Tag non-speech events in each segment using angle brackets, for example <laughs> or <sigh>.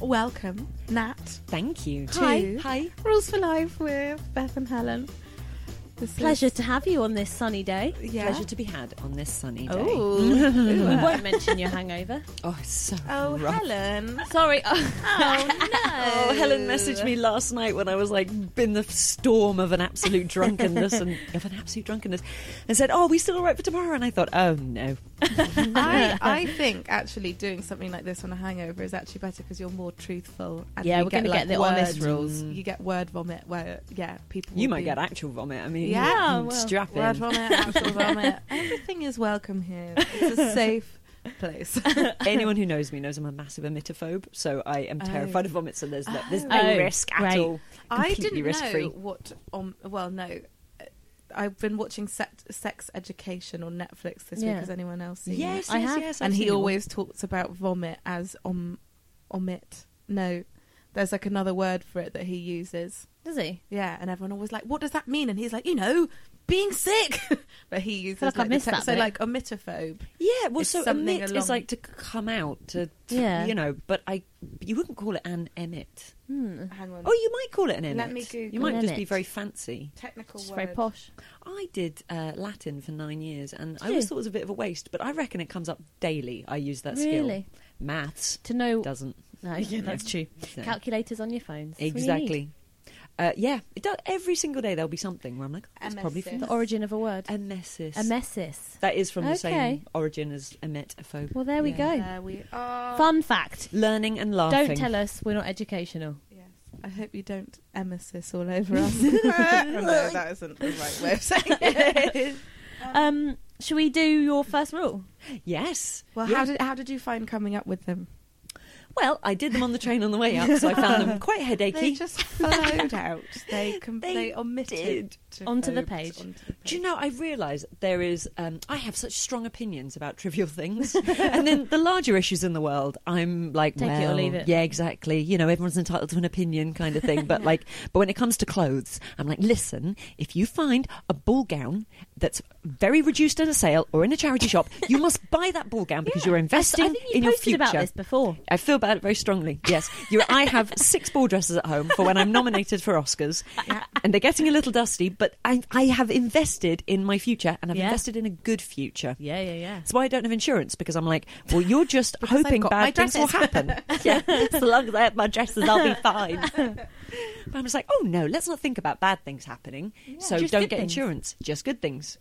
welcome, Nat. Thank you. Hi. To Hi. Rules for Life with Beth and Helen. This is- Pleasure to have you on this <laughs> sunny day. Yeah. Oh. Pleasure to be had on this sunny day. Ooh. We won't mention your hangover. Oh, it's so oh, rough. <laughs> Helen. Sorry. Oh, Oh, Helen messaged me last night when I was like in the storm of an absolute drunkenness and of an absolute drunkenness, and said, "Oh, are we still all right for tomorrow?" And I thought, "Oh no, I, I think actually doing something like this on a hangover is actually better because you're more truthful. And Yeah, you we're get, gonna like, get the honest words. rules. You get word vomit where yeah people. you will might be- get actual vomit." I mean, Yeah, mm, well, strap <laughs> in. word vomit, actual <laughs> vomit. Everything is welcome here. It's a safe place. Anyone who knows me knows I'm a massive emitophobe, so I am Oh. terrified of vomit. So there's no, there's Oh. no Oh, risk at right. all. I Completely didn't know risk-free. what. Um, well, no, Uh, I've been watching Sex, sex Education on Netflix this week. Yeah. Has anyone else seen? Yes, it? I yes, have. yes. I've and seen he them all. always talks about vomit as om, omit. No, there's like another word for it that he uses. Does he? Yeah, and everyone always like, what does that mean? And he's like, you know, being sick. <laughs> but he uses like I like the missed te- that so bit. like omitophobe. Yeah, well, It's so something emit along- is like to c- come out, to Yeah. you know. But I, you wouldn't call it an emit. Hmm. Hang on. Oh, you might call it an emit. Mm. Let me Google. You might just be Emit. very fancy. technical It's word. very posh. I did uh, Latin for nine years, and I Did always you? thought it was a bit of a waste. But I reckon it comes up daily. I use that skill. really? Maths To know. <laughs> doesn't no, yeah, that's true. so. Calculators on your phones. That's what you need. exactly. Uh, yeah, it does. Every single day there'll be something where I'm like, oh, that's probably Emesis. from The origin of a word. a messis. A messis. that is from the same Okay. origin as emetophobe. Well, there we Yeah. go. There we are. Fun fact. Learning and laughing. Don't tell us we're not educational. Yes. I hope you don't emesis all <laughs> over us. no, that isn't the right way of saying it. Um, shall we do your first rule? Yes. <laughs> Well, Yeah. how did how did you find coming up with them? Well, I did them on the train on the way up, so I found <laughs> them quite headachy. They <laughs> just flowed out. They com- they, They omitted did. to Onto the phobes page. onto the Do you page. know, I realise there is, um, I have such strong opinions about trivial <laughs> things. and then the larger issues in the world, I'm like, Take it or well, leave it. yeah, exactly. You know, everyone's entitled to an opinion kind of thing. <laughs> But like, but when it comes to clothes, I'm like, listen, if you find a ball gown that's very reduced at a sale or in a charity shop, you must buy that ball gown because you're investing I think you in your posted future. about this before. I feel about it very strongly. Yes, you I have six ball dresses at home for when I'm nominated for Oscars, and they're getting a little dusty. But I, I have invested in my future, and I've Yeah. invested in a good future. Yeah, yeah, yeah. That's why I don't have insurance because I'm like, well, you're just Because I've hoping got my bad things will <laughs> happen. yeah, as long as I have my dresses, I'll be fine. But I'm just like, oh no, let's not think about bad things happening. So Just don't good get things. insurance, just good things.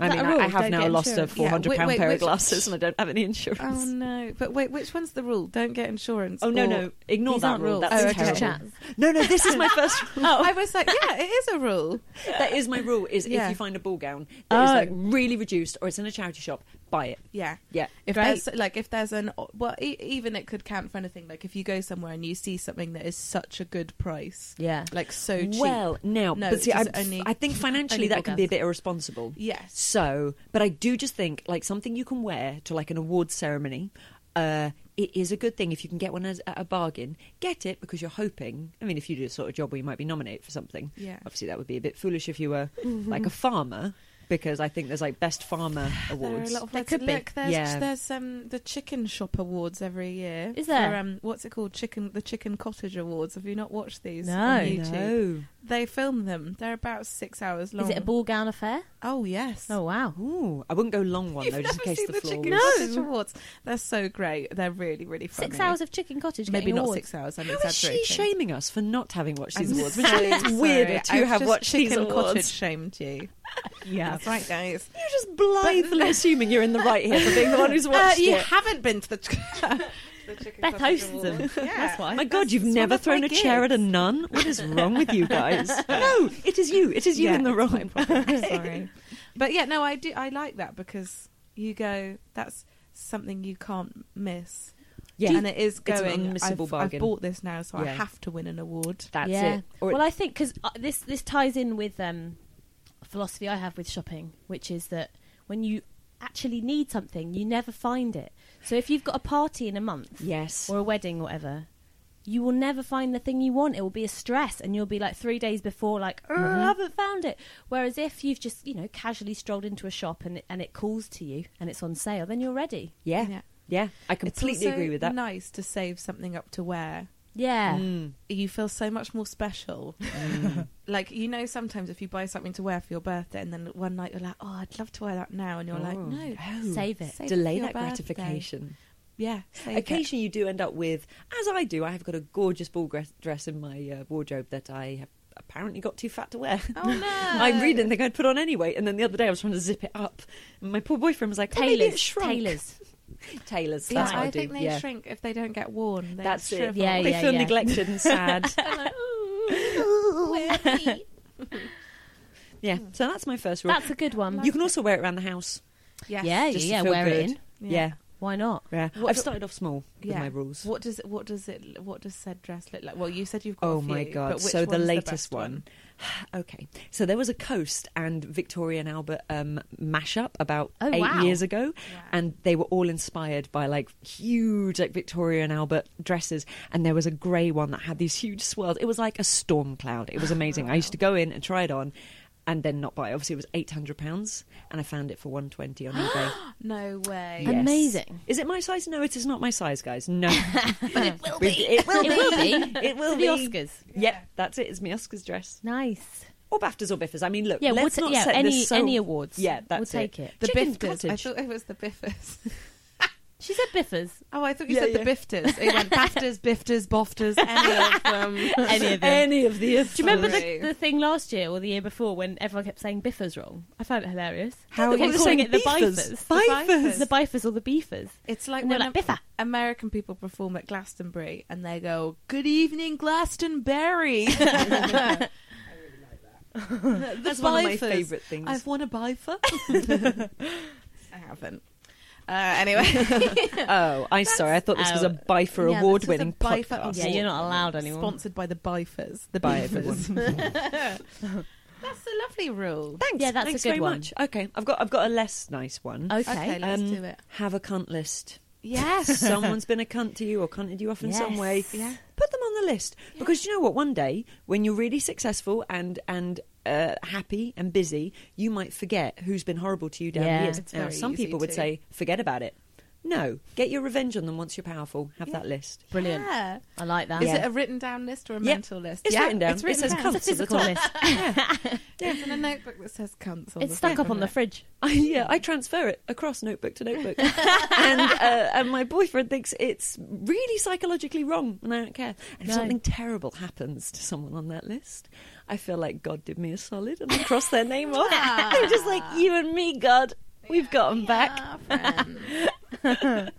Is I that mean, a I, I rule? have Don't now get lost a insurance? four hundred Yeah, wait, pound wait, pair which- of glasses, and I don't have any insurance. Oh no! But wait, which one's the rule? Don't get insurance. Oh no or- no! Ignore These that aren't rule. rules. That's Oh, okay. terrible. Chats. No no, this is my <laughs> first. rule. <laughs> I was like, yeah, it is a rule. That is my rule. Is Yeah. if you find a ball gown that is Oh. like really reduced or it's in a charity shop, buy it. <laughs> Yeah. Yeah. If Great. there's like if there's an well e- even it could count for anything like if you go somewhere and you see something that is such a good price Yeah. like Oh, so cheap Well now, No, but see, it's I, just only- I think financially only that ball can be a bit irresponsible. yes So, but I do just think like something you can wear to like an awards ceremony. Uh, it is a good thing if you can get one as, at a bargain. Get it because you're hoping. I mean, if you do a sort of job where you might be nominated for something, Yeah. obviously that would be a bit foolish if you were like a farmer, because I think there's like best farmer Mm. <sighs> There are a awards. lot of There words. could be. Look, there's Yeah. there's um the chicken shop awards every year. Is there? For, um, what's it called? Chicken the chicken cottage awards. Have you not watched these No. on YouTube? no. They film them. They're about six hours long. Is it a ball gown affair? Oh yes. Oh wow. Ooh, I wouldn't go long one You've though, just in never case seen the, the, floor. chicken was- cottage awards. They're so great. They're really really funny. Six hours of chicken cottage. Maybe getting not awards. six hours. I'm How is exaggerating. she shaming us for not having watched these I'm awards? so Which I think it's weirder sorry. to I've have just watched these chicken awards. cottage shamed you. Yeah. That's right, guys. You're just blithely assuming you're in the right here for being the one <laughs> who's Uh, watched you it. haven't been to the, ch- the chicken Beth cottage hosts <laughs> awards. them. Yeah. That's why. My God, you've That's one never of my thrown a chair at a gigs. nun. What is wrong with you <laughs> guys? no, it is you. It is you Yeah, in the it's my <laughs> wrong. problem. I'm <laughs> sorry. But yeah, no, I do. I like that because you go. That's something you can't miss. Yeah, and it is it's an going. unmissable I've, I've bargain. bought this now, so I Yeah. have to win an award. that's yeah. it. Or well, I think because uh, this this ties in with um, a philosophy I have with shopping, which is that when you actually need something, you never find it. So if you've got a party in a month yes. or a wedding, or whatever, you will never find the thing you want. It will be a stress, and you'll be like three days before, like "Oh, I haven't found it. Whereas if you've just you know casually strolled into a shop and and it calls to you and it's on sale, then you're ready. yeah, Yeah. yeah. I It's completely also agree with that. Nice to save something up to wear. Yeah. Mm. you feel so much more special. <laughs> like you know, sometimes if you buy something to wear for your birthday, and then one night you're like, "Oh, I'd love to wear that now," and you're like, Oh. "No, Oh. Save it. save it Delay for your that birthday." gratification. Yeah, save it. Occasionally, you do end up with, as I do, I have got a gorgeous ball dress- dress in my uh, wardrobe that I have apparently got too fat to wear. <laughs> Oh no! I really didn't think I'd put on anyway. And then the other day, I was trying to zip it up, and my poor boyfriend was like, "Oh, maybe it Tailors. shrunk." Tailors. <laughs> Tailors. Yeah, That's what I, I do. think they yeah. shrink if they don't get worn. They That's it. shrivel. Yeah, they yeah, feel yeah. neglected and <laughs> sad. <laughs> yeah. So that's my first rule. That's a good one. you can also wear it around the house. Yes. yeah, yeah, just to yeah. feel Wear good. it in. Yeah. Why not? Yeah. What I've do- started off small with Yeah. my rules. What does what does it what does said dress look like? Well, you said you've got. a Oh few, my But god! which So the one's latest best one. <sighs> okay, so there was a Coast and Victoria and Albert um, mashup about Oh, eight wow. years ago, Wow. and they were all inspired by like huge like Victoria and Albert dresses, and there was a grey one that had these huge swirls. It was like a storm cloud. It was amazing. I used to go in and try it on. And then not buy. it. Obviously, it was eight hundred pounds, and I found it for one twenty on eBay. No way. Yes. Amazing. Is it my size? No, it is not my size, guys. No, but it will be. It will It will be. It will For be. the Oscars. Yep, that's it. It's my Oscars dress. Nice. Or BAFTAs or Biffers. I mean, look, Yeah, let's we'll ta- not yeah, set any- this so... any awards. Yeah, that's We'll take it. The Chicken bifters. I Cottage. thought it was the <laughs> biffers. She said biffers. Oh, I thought you Yeah, said yeah. the bifters. It went bafters, bifters, bofters, any of them. Any of <laughs> them. Any of the... Do you remember Sorry. the, the thing last year or the year before when everyone kept saying biffers wrong? I found it hilarious. How They are you kept saying calling it the beefers? bifers? Bifers. The bifers or the beefers. It's like And they're when like, Am- "Biffer." American people perform at Glastonbury and they go, "Good evening, Glastonbury." <laughs> the That's one of my bifers. favourite things. I've won a bifer. <laughs> I haven't. Uh, anyway, <laughs> Oh, I'm sorry. I thought this was a Oh. Bifer Yeah, this award-winning was a Bifer podcast. Yeah, Yeah, Award. you're not allowed anymore. sponsored by the bifers, the By bifers. <laughs> <laughs> That's a lovely rule. Thanks. Yeah, that's a Thanks good very one. Oh. much. Okay, I've got I've got a less nice one. Okay. Okay, let's Um, do it. Have a cunt <laughs> list. Yes. Someone's been a cunt to you or cunted you off in some Yes. way. Yeah. Put them on the list because you know what? One day, when you're really successful and and uh, happy and busy, you might forget who's been horrible to you down Yeah. the years. It's Now, very some easy people would to. say, forget about it. No, get your revenge on them once you're powerful. Have <laughs> that list. Brilliant. Yeah. I like that. Is Yeah. it a written down list or a Yep. mental list? It's Yeah, written down. It's written it says down. cunts It's a at the physical top. list. yeah. It's in a notebook that says cunts. On It's the stuck front, up on isn't the it? fridge. I, yeah, I transfer it across notebook to <laughs> notebook, and uh, and my boyfriend thinks it's really psychologically wrong, and I don't care. And if No. something terrible happens to someone on that list, I feel like God did me a solid, and I cross their <laughs> name off. <laughs> I'm just like you and me, God. We've got 'em back. Ah, <laughs> friend.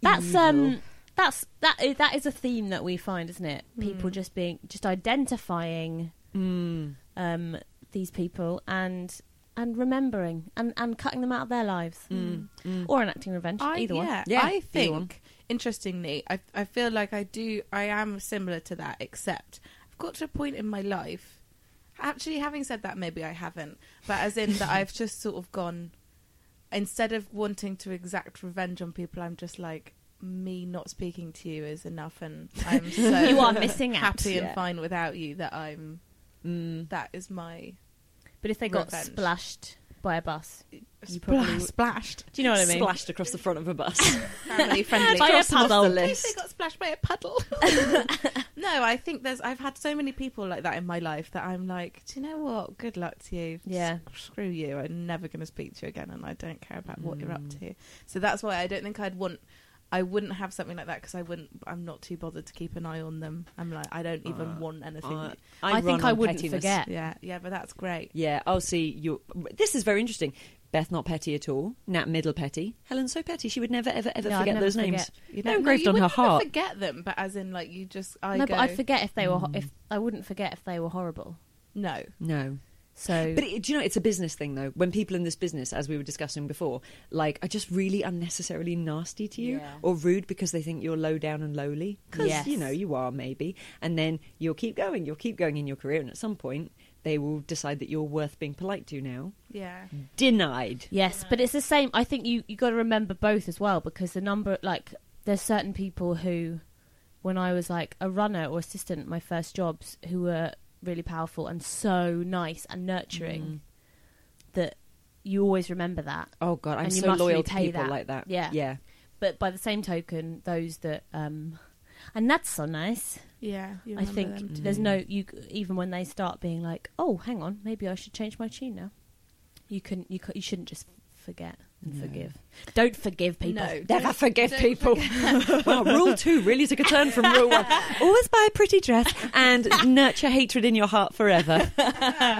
That's um that's that is, that is a theme that we find, isn't it? Hmm. People just being just identifying Ah. Mm, um these people and and remembering and and cutting them out of their lives or enacting revenge Hmm. I, Mm. either <laughs> one. yeah, Yeah, I either think one. interestingly, I I feel like I do I am similar to that, except I've got to a point in my life. Actually, having said that, maybe I haven't, but as in <laughs> that I've just sort of gone. Instead of wanting to exact revenge on people, I'm just like me not speaking to you is enough, and I'm <laughs> so <laughs> You are missing out. happy and Yeah. fine without you. That I'm. mm. That is my But if they got Revenge. splashed by a bus, Spla- probably- splashed. do you know what I mean? Splashed across the front of a bus. <laughs> <laughs> Family friendly. By a Crossed off puddle. the list. They got splashed by a puddle. <laughs> no, I think there's. I've had so many people like that in my life that I'm like, do you know what? Good luck to you. Yeah. S- Screw you. I'm never going to speak to you again, and I don't care about what you're up to. So that's why I don't think I'd want. I wouldn't have something like that because I wouldn't. I'm not too bothered to keep an eye on them. I'm like, I don't even Uh, want anything. I, I, think run I on wouldn't pettiness. forget. yeah, yeah, but that's great. Yeah, I'll see you. This is very interesting. Beth not petty at all. Nat middle petty. Helen so petty she would never ever ever No, I'd forget never those forget. names. You They're know, no, engraved you on her wouldn't even heart. Forget them, but as in, like you just, I no, go, Hmm. but I'd forget if they were ho- if I wouldn't forget if they were horrible. no. No. So But it, do you know, it's a business thing though. When people in this business, as we were discussing before, like are just really unnecessarily nasty to you Yeah. or rude because they think you're low down and lowly. Because, Yes. you know, you are maybe. And then you'll keep going, you'll keep going in your career. And at some point, they will decide that you're worth being polite to now. Yeah. Mm. Denied. Yes, but it's the same. I think you you got to remember both as well because the number like there's certain people who, when I was like a runner or assistant, at my first jobs, who were really powerful and so nice and nurturing, Mm. that you always remember that. Mm. Oh, God, I'm And you so must loyal to repay people that. like that. Yeah. Yeah. But by the same token, those that um, and that's so nice. Yeah, you I remember think them. Mm. there's no you. Even when they start being like, "Oh, hang on, maybe I should change my tune now," you can you c you shouldn't just forget and forgive. Don't forgive people. No, Never don't- forgive don't people. wow, rule two really took a turn from rule <laughs> one. Always buy a pretty dress and nurture hatred in your heart forever.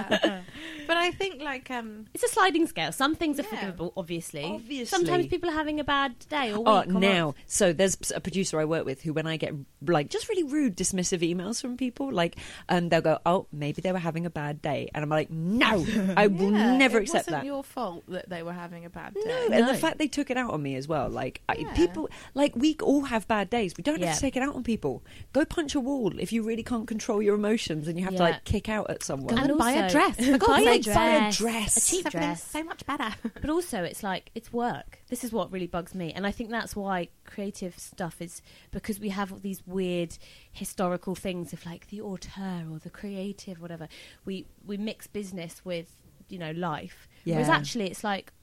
But I think like um, It's a sliding scale. Some things are Yeah. forgivable, <laughs> obviously. Obviously. Sometimes people are having a bad day or week. Oh, or now. month. So there's a producer I work with who, when I get like just really rude, dismissive emails from people, like, um, they'll go, "Oh, maybe they were having a bad day," and I'm like, "No, I will yeah, never it accept wasn't that." Your fault that they were having a bad day. No, and No. the fact they took it out on me as well. Like I, Yeah. people, like we all have bad days. We don't Yeah. have to take it out on people. Go punch a wall if you really can't control your emotions and you have to Yeah. like kick out at someone. And and buy a also- dress. For Buy God's a sake, dress. buy a A dress. cheap Something's dress. so much better. But also, it's like it's work. This is what really bugs me, and I think that's why creative stuff is because we have all these weird historical things of like the auteur or the creative, whatever. We we mix business with you know life, whereas Yeah. actually it's like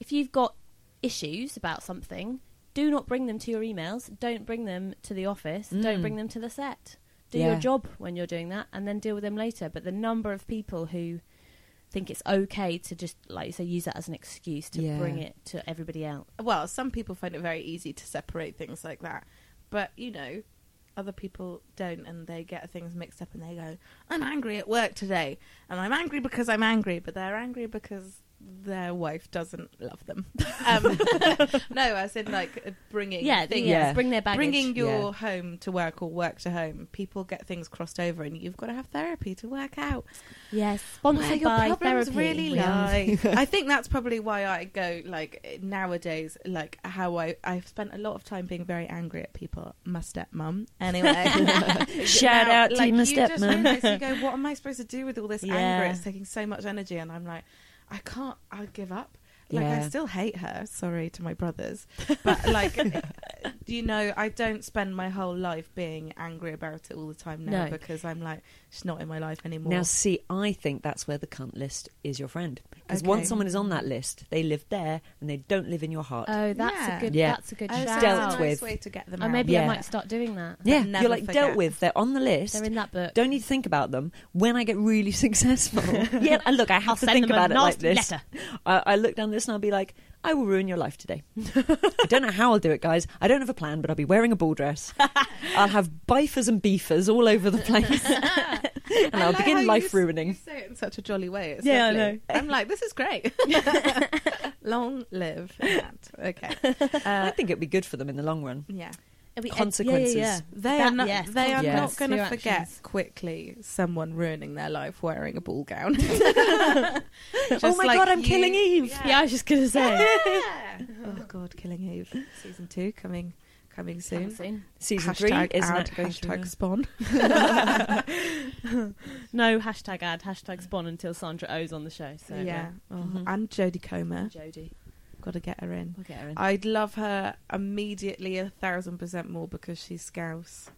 if you've got issues about something, do not bring them to your emails. Don't bring them to the office. Don't Mm. bring them to the set. Do your Yeah. job when you're doing that, and then deal with them later. But the number of people who think it's okay to just like you say use that as an excuse to Yeah. bring it to everybody else. <laughs> well, some people find it very easy to separate things like that, but you know, other people don't, and they get things mixed up, and they go, "I'm angry at work today, and I'm angry because I'm angry," but they're angry because their wife doesn't love them. <laughs> Um, no, as in like bringing Yeah, things yeah, Yeah. bring their baggage. bringing your Yeah. home to work or work to home people get things crossed over and you've got to have therapy to work out yes, sponsored where your by problems therapy. really We are- lie i think that's probably why i go like nowadays like how i i've spent a lot of time being very angry at people my stepmom anyway <laughs> Shout Now, out to like, my you just stepmom. realise, you go what am i supposed to do with all this anger Yeah. it's taking so much energy and i'm like i can't i give up like i Yeah. still hate her sorry to my brothers but like <laughs> you know i don't spend my whole life being angry about it all the time now No. because i'm like she's not in my life anymore Now, see, I think that's where the cunt list is your friend. Because Okay. once someone is on that list, they live there and they don't live in your heart. Oh, that's Yeah. a good. Yeah. That's a good I shout. think dealt that's a nice with. way to get them Oh, out. maybe I Yeah. might start doing that. yeah, I'd never you're like dealt forget. with. They're on the list. They're in that book. don't need to think about them when I get really <laughs> successful. yeah, and look, I have to send think them a about it like nasty this. letter. I, I look down this and I'll be like, I will ruin your life today. I don't know how I'll do it, guys. I don't have a plan, but I'll be wearing a ball dress. I'll have bifers and beefers all over the place, <laughs> and I I'll like how begin you life s- You ruining. say it in such a jolly way. It's Yeah, I lovely. know. I'm like, this is great. Long live that. Okay. Uh, I think it'd be good for them in the long <laughs> run. Yeah. Are we- uh, yeah, yeah, consequences. yeah. They That- are not. they yes, are consequences. not going Your to actions. forget quickly someone ruining their life wearing a ball gown. <laughs> oh my god, I'm killing Eve. Yeah. Yeah, I was just <laughs> gonna say. Oh god, killing Eve season two coming coming soon. <laughs> Soon. Season hashtag three is ad, not going to hashtag spawn. No hashtag ad hashtag spawn until Sandra O's on the show. So uh, yeah, Oh, Mhm. and Jodie Comer. <laughs> Jodie, Got to get her in. we'll get her in. I'd love her immediately a thousand percent more because she's Scouse.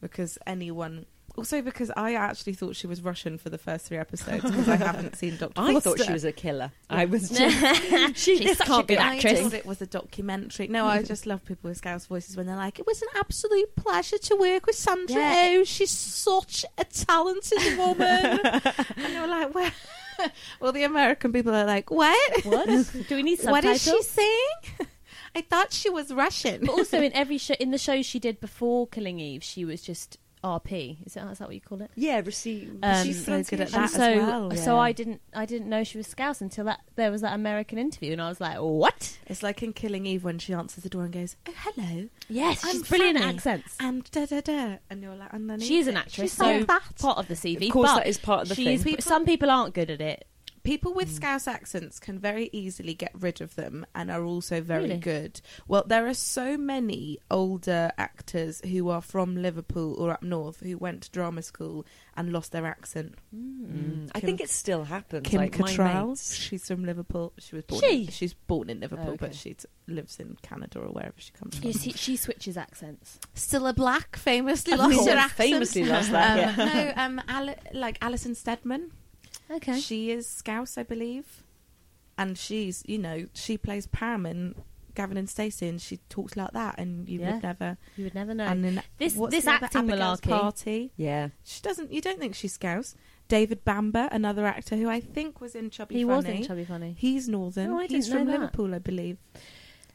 Because anyone. Also, because I actually thought she was Russian for the first three episodes because I haven't <laughs> seen Doctor. I thought she was a killer. I <laughs> was just She's this such a can't be good I actress. thought it was a documentary. No, I just love people with Scouse voices when they're like, "It was an absolute pleasure to work with Sandra Yeah. Oh. She's such a talented <laughs> woman." <laughs> and they were like, "Where?" <laughs> well, the American people are like, "What? <laughs> What? Do we need What subtitles? is she saying?" I thought she was Russian. But also in every show, in the show she did before Killing Eve, she was just RP. Is that, is that what you call it? yeah. Receive. Um, she's so good at That And as that. so, well, so yeah. I didn't, I didn't know she was Scouse until that there was that American interview, and I was like, what? It's like in Killing Eve when she answers the door and goes, "Oh, hello," Yes, I'm she's brilliant at Fanny. accents. and da da da, and you're like, and then She is an actress, She's so like that. part of the CV. Of course, but that is part of the she's- thing. pe- some people aren't good at it. People with Scouse accents can very easily get rid of them, and are also very Really? good. Well, there are so many older actors who are from Liverpool or up north who went to drama school and lost their accent. Mm. I think it still happens. Kim like my Cattrall, mates. she's from Liverpool. She was born. She? In, she's born in Liverpool, Okay. but she t- lives in Canada or wherever she comes from. <laughs> You see, she switches accents. Still a black, famously Of lost course, her accent. famously lost Um, that. yeah. No, um, Ali- like Alison Steadman. Okay. She is Scouse, I believe, and she's you know she plays Pam in Gavin and Stacey, and she talked like that, and you Yeah. would never. You would never know. And then This- what's this the other acting Abigail's malarkey. party. <laughs> Yeah. She doesn't. You don't think she scouts. David Bamber, another actor who I think was in Chubby he Funny. was in Chubby Funny. He's northern. Oh, I He's didn't from know that. Liverpool, I believe.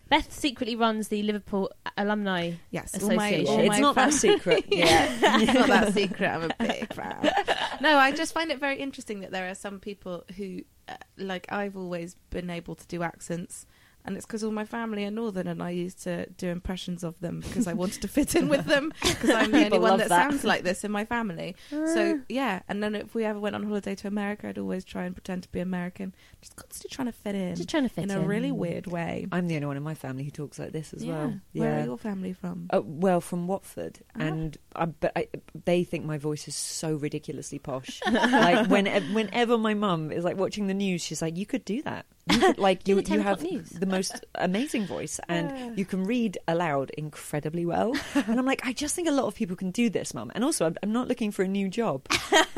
Beth secretly runs the Liverpool alumni. Yes, Association. All my, all it's my not that fam- <laughs> <laughs> secret. Yeah. it's not that secret. I'm a big fan. No, I just find it very interesting that there are some people who, uh, like, I've always been able to do accents, and it's because all my family are northern, and I used to do impressions of them because I wanted to fit in with them because I'm the only People one love that, that. sounds like this in my family. So yeah, and then if we ever went on holiday to America, I'd always try and pretend to be American, just constantly trying to fit in Just trying to fit in in. a really weird way. I'm the only one in my family who talks like this as well. Yeah. Where are your family from? Uh, well, from Watford, Ah. and I, but I, they think my voice is so ridiculously posh. like when, whenever my mum is like watching the news, she's like, "You could do that. You could, like Do you, the you 10 o'clock have news." the most amazing voice, and Yeah. you can read aloud incredibly well." And I'm like, "I just think a lot of people can do this, mum." And also, I'm, I'm not looking for a new job.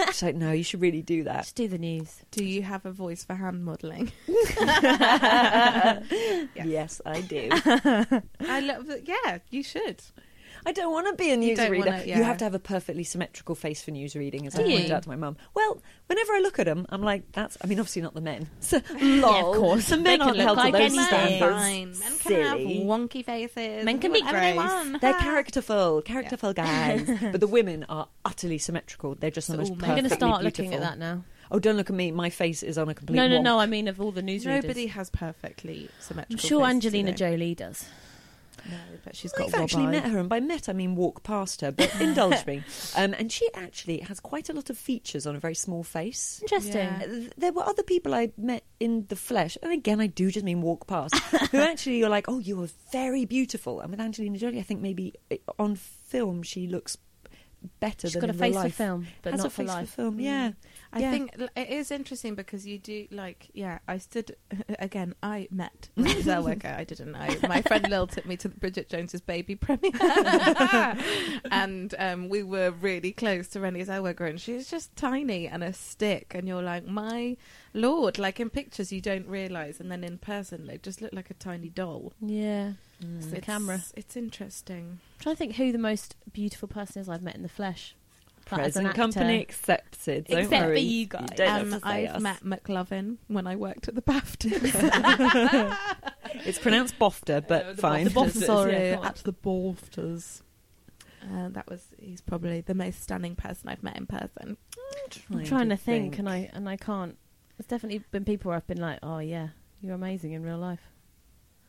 she's like, "No, you should really do <laughs> that." <laughs> Just do the news. Do you have a voice for hand modelling? Yes, I do. <laughs> I love that. Yeah, you should. I don't want to be a You don't newsreader. You, wanna- yeah. have to have a perfectly symmetrical face for newsreading, as I Do you? pointed out to my mum. Well, whenever I look at them, I'm like, that's. I mean, obviously not the men. <laughs> So, lol. course. The They men can aren't look held like to those anything. standards. Fine. Men can have Silly. wonky faces. Men can be whatever they gross. want. They're <laughs> Ha. characterful, <laughs> characterful guys. but the women are utterly symmetrical. They're just the So most all men. I'm perfectly I'm going to start beautiful. looking at that now. Oh, don't look at me. My face is on a complete No, no, wonk. no. I mean, of all the newsreaders. Nobody has perfectly symmetrical. I'm sure faces, Angelina do they? Jolie does. No, but she's got I've actually met her, and by met I mean walk past her, <laughs> but indulge me. Um, and she actually has quite a lot of features on a very small face. Interesting. Yeah. th- there were other people I met in the flesh, and again, I do just mean walk <laughs> past, who actually you're like, oh, you are very beautiful. And with Angelina Jolie, I think maybe uh, on film she looks better She's than got a in real face for life. film, but Has not a for face life. Mm. for film, yeah. I Yeah. think l- it is interesting because you do like, yeah. I stood <laughs> again. I met Michelle Worker. I didn't know. My friend Lil took me to the Bridget Jones's baby premiere, and um, we were really close to Renée Zellweger, and she's just tiny and a stick, and you're like, my lord! Like in pictures, you don't realise, and then in person, they just look like a tiny doll. Yeah. Mm. The It's- camera. It's interesting. I'm trying to think who the most beautiful person is I've met in the flesh. But as an Present company actor- accepted. Don't Except for worry. you guys. don't have Um, to say I've us. met <laughs> McLovin when I worked at the <laughs> BAFTAs. <laughs> It's pronounced bofter, but Uh, the fine. Bofters, sorry, yeah, go on. at the Bofters. Uh, that was he's probably the most stunning person I've met in person. I'm trying to think, and I and I can't. There's definitely been people where I've been like, oh yeah, you're amazing in real life.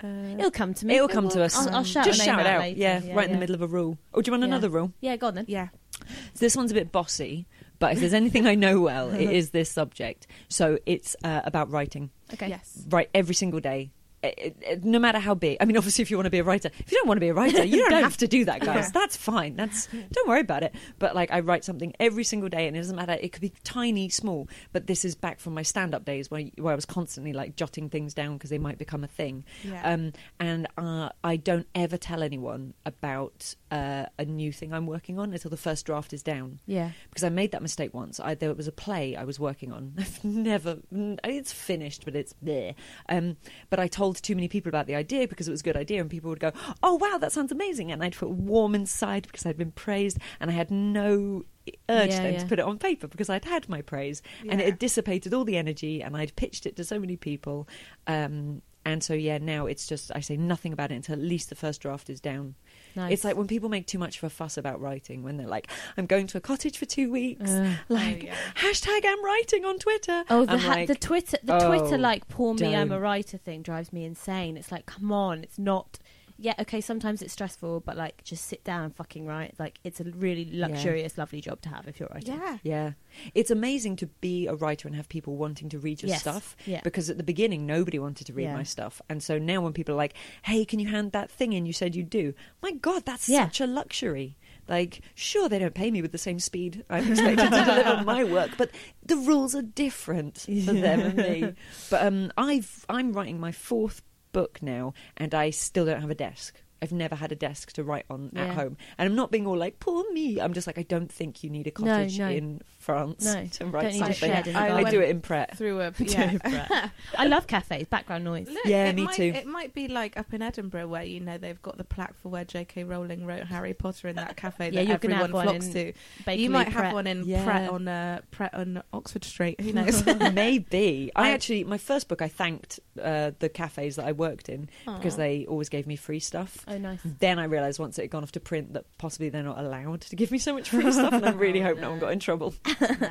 Uh, It'll come to me. It'll come to us. I'll, I'll shout Just a name shout it out. later. Yeah, right in yeah. the middle of a rule. Oh, do you want Yeah. another rule? Yeah, go on then. yeah, So this one's a bit bossy, but if there's anything I know <laughs> well, it is this subject. So it's uh, about writing. Okay. yes. Write every single day. It- it- it- no matter how big. I mean, obviously, if you want to be a writer, if you don't want to be a writer, <laughs> you don't, have to do that, guys. Yeah. That's fine. That's don't worry about it. But like, I write something every single day, and it doesn't matter. It could be tiny, small. But this is back from my stand-up days, where where I was constantly like jotting things down because they might become a thing. Yeah. Um, and uh, I don't ever tell anyone about uh, a new thing I'm working on until the first draft is down Yeah. because I made that mistake once. I, there was a play I was working on. <laughs> I've never. n- It's finished, but it's there. Um, but I told too many people about the idea because it was a good idea, and people would go, "Oh wow, that sounds amazing!" And I'd feel warm inside because I'd been praised, and I had no urge Yeah, then to yeah. put it on paper because I'd had my praise, and it Yeah. had dissipated all the energy, and I'd pitched it to so many people. Um, and so yeah, now it's just I say nothing about it until at least the first draft is down. Nice. It's like when people make too much of a fuss about writing, when they're like, I'm going to a cottage for two weeks, Ugh. like, Oh, yeah. hashtag I'm writing on Twitter. Uh. Oh, the, I'm ha- like, the Twitter, the Twitter, "Oh, like poor me, I'm a don't." writer thing drives me insane. It's like, come on, it's not. Yeah, okay, sometimes it's stressful, but like, just sit down and fucking write. Like, it's a really luxurious, lovely job to have if you're writing. Yeah, Yeah. It's amazing to be a writer and have people wanting to read your Yes. stuff. Yeah. Because at the beginning, nobody wanted to read Yeah. my stuff. And so now when people are like, hey, can you hand that thing in you said you do? My God, that's Yeah. such a luxury. Like, sure, they don't pay me with the same speed I'm expected to deliver <laughs> my work, but the rules are different for them and me. But um, I've, I'm writing my fourth book now, and I still don't have a desk. I've never had a desk to write on Yeah. at home, and I'm not being all like poor me. I'm just like I don't think you need a cottage no. in France No, <laughs> to write don't need a something. shed in the I, I do garden. it in <laughs> Pret. through a yeah. I love cafes. Background noise. Look, Yeah, it me might, too. It might be like up in Edinburgh where you know they've got the plaque for where J.K. Rowling wrote Harry Potter in that cafe Yeah, that you're gonna everyone have one flocks in to. Bakerloo you might Pret. have one in Yeah. Pret on uh, Pret on Oxford Street. <laughs> Who knows? <laughs> Maybe I I- actually my first book I thanked uh, the cafes that I worked in because Aw. they always gave me free stuff. Oh, nice. Then I realised once it had gone off to print that possibly they're not allowed to give me so much free stuff, and I really Oh, hope no. one no. got in trouble. <laughs> Nah.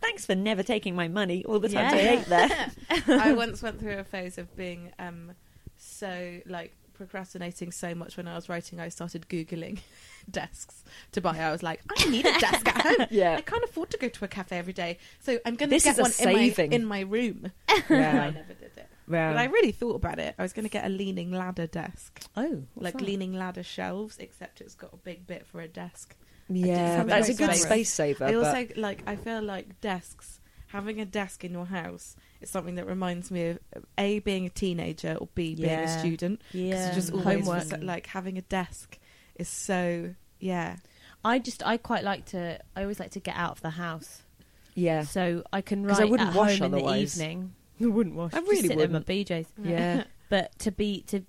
Thanks for never taking my money all the times I Yeah. ate <laughs> there. I once went through a phase of being um, so like procrastinating so much when I was writing. I started googling <laughs> desks to buy. I was like, I need a desk at home. <laughs> Yeah. I can't afford to go to a cafe every day, so I'm going to This get is a one saving. in my in my room. And <laughs> I <laughs> Yeah. never did it. Well, But I really thought about it. I was going to get a leaning ladder desk, oh, like leaning ladder shelves, except it's got a big bit for a desk. Yeah, have that's a a good space. space saver. I but- also like. I feel like desks. Having a desk in your house is something that reminds me of a being a teenager or b being Yeah. a student. 'Cause Yeah. you just always homework. was, like having a desk is so yeah. I just I quite like to. I always like to get out of the house, <laughs> yeah, so I can 'Cause write I wouldn't at wash home otherwise. in the evening. <laughs> I wouldn't wash. I really just sit wouldn't. in my BJ's. yeah. But to be to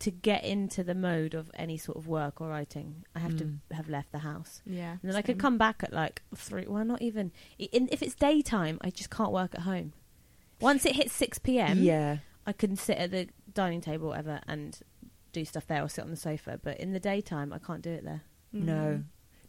to get into the mode of any sort of work or writing, I have Mm. to have left the house. Yeah. And then I could same. come back at like three. Well, not even. i- In, if it's daytime, I just can't work at home. Once it hits six p.m., yeah, I can sit at the dining table, or whatever, and do stuff there or sit on the sofa. But in the daytime, I can't do it there. Mm. no,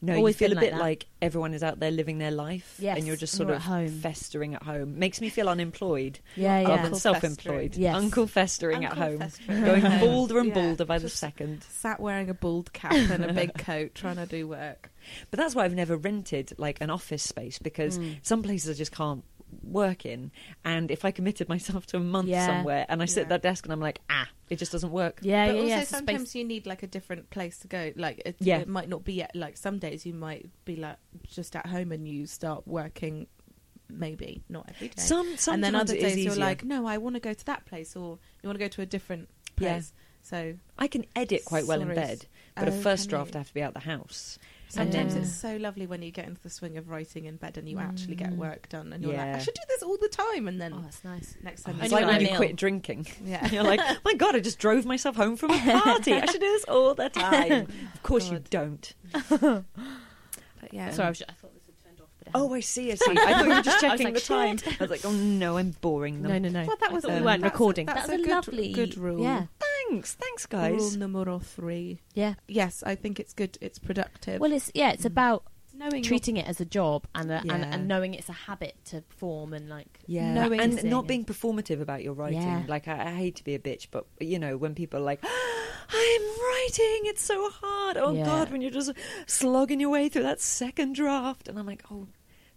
no. Always you feel been a like bit that. like everyone is out there living their life, Yes, and you're just and sort you're of at home. festering at home. Makes me feel unemployed Yeah, yeah. rather Uncle than self-employed. festering. Yes. Uncle festering Uncle at home, festering. going Yeah. bolder and Yeah. bolder by the Just- second. Sat wearing a bald cap and a <laughs> big coat, trying to do work. But that's why I've never rented like an office space because Mm. some places I just can't work in. And if I committed myself to a month Yeah. somewhere and I sit at Yeah. that desk and I'm like, ah, it just doesn't work. Yeah, but yeah, also yeah. so sometimes space- you need like a different place to go. Like it, Yeah. it might not be at, like some days you might be like just at home and you start working. Maybe not every day. Some sometimes and then other it is days you're easier. like, no, I want to go to that place, or you want to go to a different Yeah. place. So I can edit quite well in Sorry. bed, but a Oh, first can you? draft I have to be out the house. Sometimes Yeah. it's so lovely when you get into the swing of writing in bed and you actually get Mm. work done, and you're Yeah. like, I should do this all the time, and then Oh, that's nice. next time And you it's when like when I'm you start, ill. quit drinking. <laughs> yeah, You're like, my God, I just drove myself home from a party. I should do this all <laughs> the time. Of course you God. don't. But yeah. Sorry, I, was, I thought this had turned off. But it Oh, hadn't. I see, I see. I thought you were just <laughs> I was checking like, the time. "Shit." I was like, oh no, I'm boring them. no, no, no. Well, that I was thought we um, weren't that's a- recording. that's a a, good- lovely, good rule. Yeah, Thanks, thanks, Rule guys. numero three. yeah. Yes, I think it's good. It's productive. Well, it's yeah, it's about knowing your treating it as a job and a, and, Yeah. and knowing it's a habit to form and like Yeah, knowing and it. not being performative about your writing. Yeah. Like I, I hate to be a bitch, but you know when people are like, <gasps> "I'm writing, it's so hard." Oh Yeah. God, when you're just slogging your way through that second draft, and I'm like, "Oh,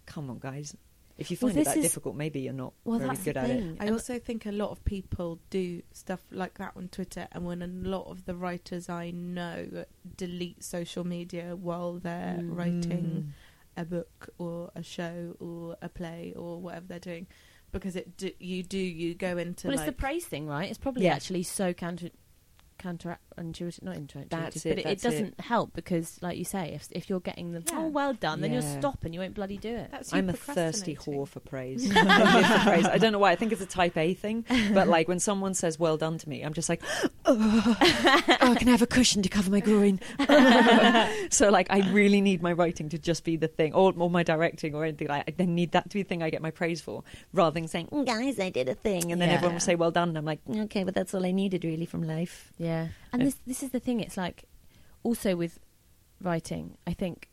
come on, guys." If you Well, find it this that is- difficult, maybe you're not well, very that's good the at it. thing. I also think a lot of people do stuff like that on Twitter, and when a lot of the writers I know delete social media while they're Mm. writing a book or a show or a play or whatever they're doing, because it do, you do you go into But it's like the praise thing, right? It's probably Yeah. actually so counter counterintuitive, not intuitive, That's but it, it, that's it. doesn't help because, like you say, if if you're getting them, Yeah. oh well done, then Yeah. you'll stop and you won't bloody do it. that's you I'm a thirsty procrastinating. whore for praise. <laughs> I'm here for praise. I don't know why. I think it's a type A thing. But like when someone says "well done" to me, I'm just like, "Oh, oh, I can have a cushion to cover my groin." <laughs> so like, I really need my writing to just be the thing, or, or my directing, or anything. Like, I then need that to be the thing I get my praise for, rather than saying, "Mm, "Guys, I did a thing," and then Yeah. everyone will say "well done," and I'm like, "Mm, "Okay, but that's all I needed really from life." Yeah, and Yeah. Uh, this this is the thing. It's like also with writing. I think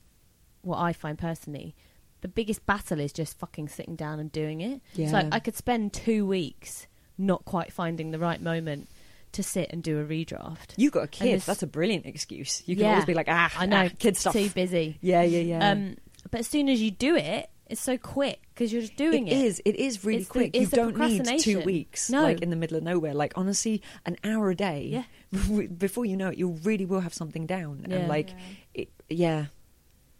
what I find personally, the biggest battle is just fucking sitting down and doing it. Yeah. So like, I could spend two weeks not quite finding the right moment to sit and do a redraft. You got a kid. this- That's a brilliant excuse. You can Yeah. always be like, "Ah, I <laughs> know, ah, kid stuff." Too busy. Yeah, yeah, yeah. Um, but as soon as you do it, it's so quick because you're just doing it. It is. It is really It's the- quick. it's you the don't need two procrastination. weeks, No. like in the middle of nowhere. Like honestly, an hour a day. Before you know it, you really will have something down, Yeah. and like, it, yeah,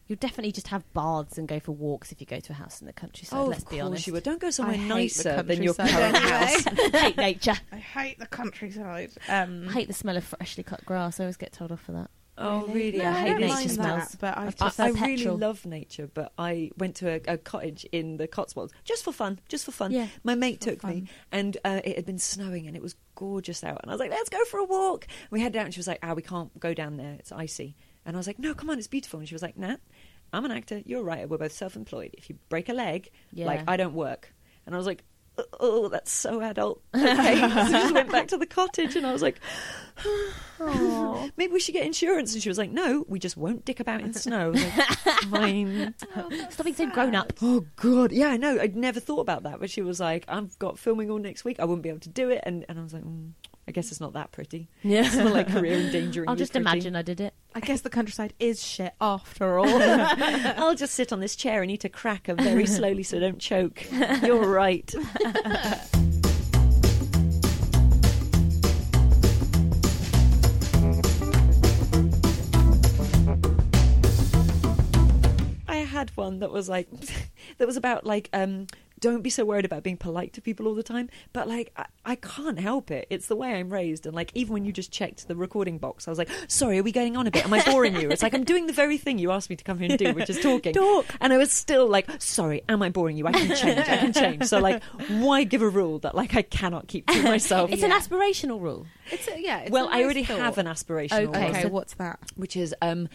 You'll definitely just have baths and go for walks if you go to a house in the countryside. oh, let's of be course honest. you would. Don't go somewhere hate the nicer than your countryside current house. <laughs> <laughs> hate nature. I hate the countryside. Um, Mm. I hate the smell of freshly cut grass. I always get told off for that. Oh, Really? really? No, I I hate don't nature mind that, smells. but I I, just- I prefer really petrol. love nature, but I went to a, a cottage in the Cotswolds just for fun, just for fun. Yeah, My mate for took me, fun. and uh, it had been snowing, and it was gorgeous out. And I was like, "Let's go for a walk." We headed out, and she was like, "Ah, we can't go down there; it's icy." And I was like, "No, come on, it's beautiful." And she was like, "Nat, I'm an actor. You're a writer. We're both self-employed. If you break a leg, Yeah. like I don't work." And I was like. Oh, that's so adult. Okay. <laughs> so I just went back to the cottage and I was like, maybe we should get insurance. And she was like, no, we just won't dick about in snow. I was like, Fine. Stop being so grown up. Oh God, yeah, I know. I'd never thought about that, but she was like, "I've got filming all next week. I wouldn't be able to do it." And and I was like, mm, "I guess it's not that pretty. Yeah. It's not like career endangering." <laughs> I'll you just pretty. imagine I did it. I guess the countryside is shit <laughs> after all. <laughs> I'll just sit on this chair and eat a cracker very slowly so I don't choke. You're right. I had one that was like <laughs> that was about like um don't be so worried about being polite to people all the time but like I, I can't help it it's the way i'm raised and like even when you just checked the recording box i was like sorry are we going on a bit am i boring you it's like i'm doing the very thing you asked me to come here and do which is talking Talk. and i was still like sorry am i boring you i can change i can change so like why give a rule that like i cannot keep to myself It's an aspirational <laughs> rule. it's a, yeah. It's well a i nice already thought. have an aspirational Okay, one Okay, so- what's that? which is um,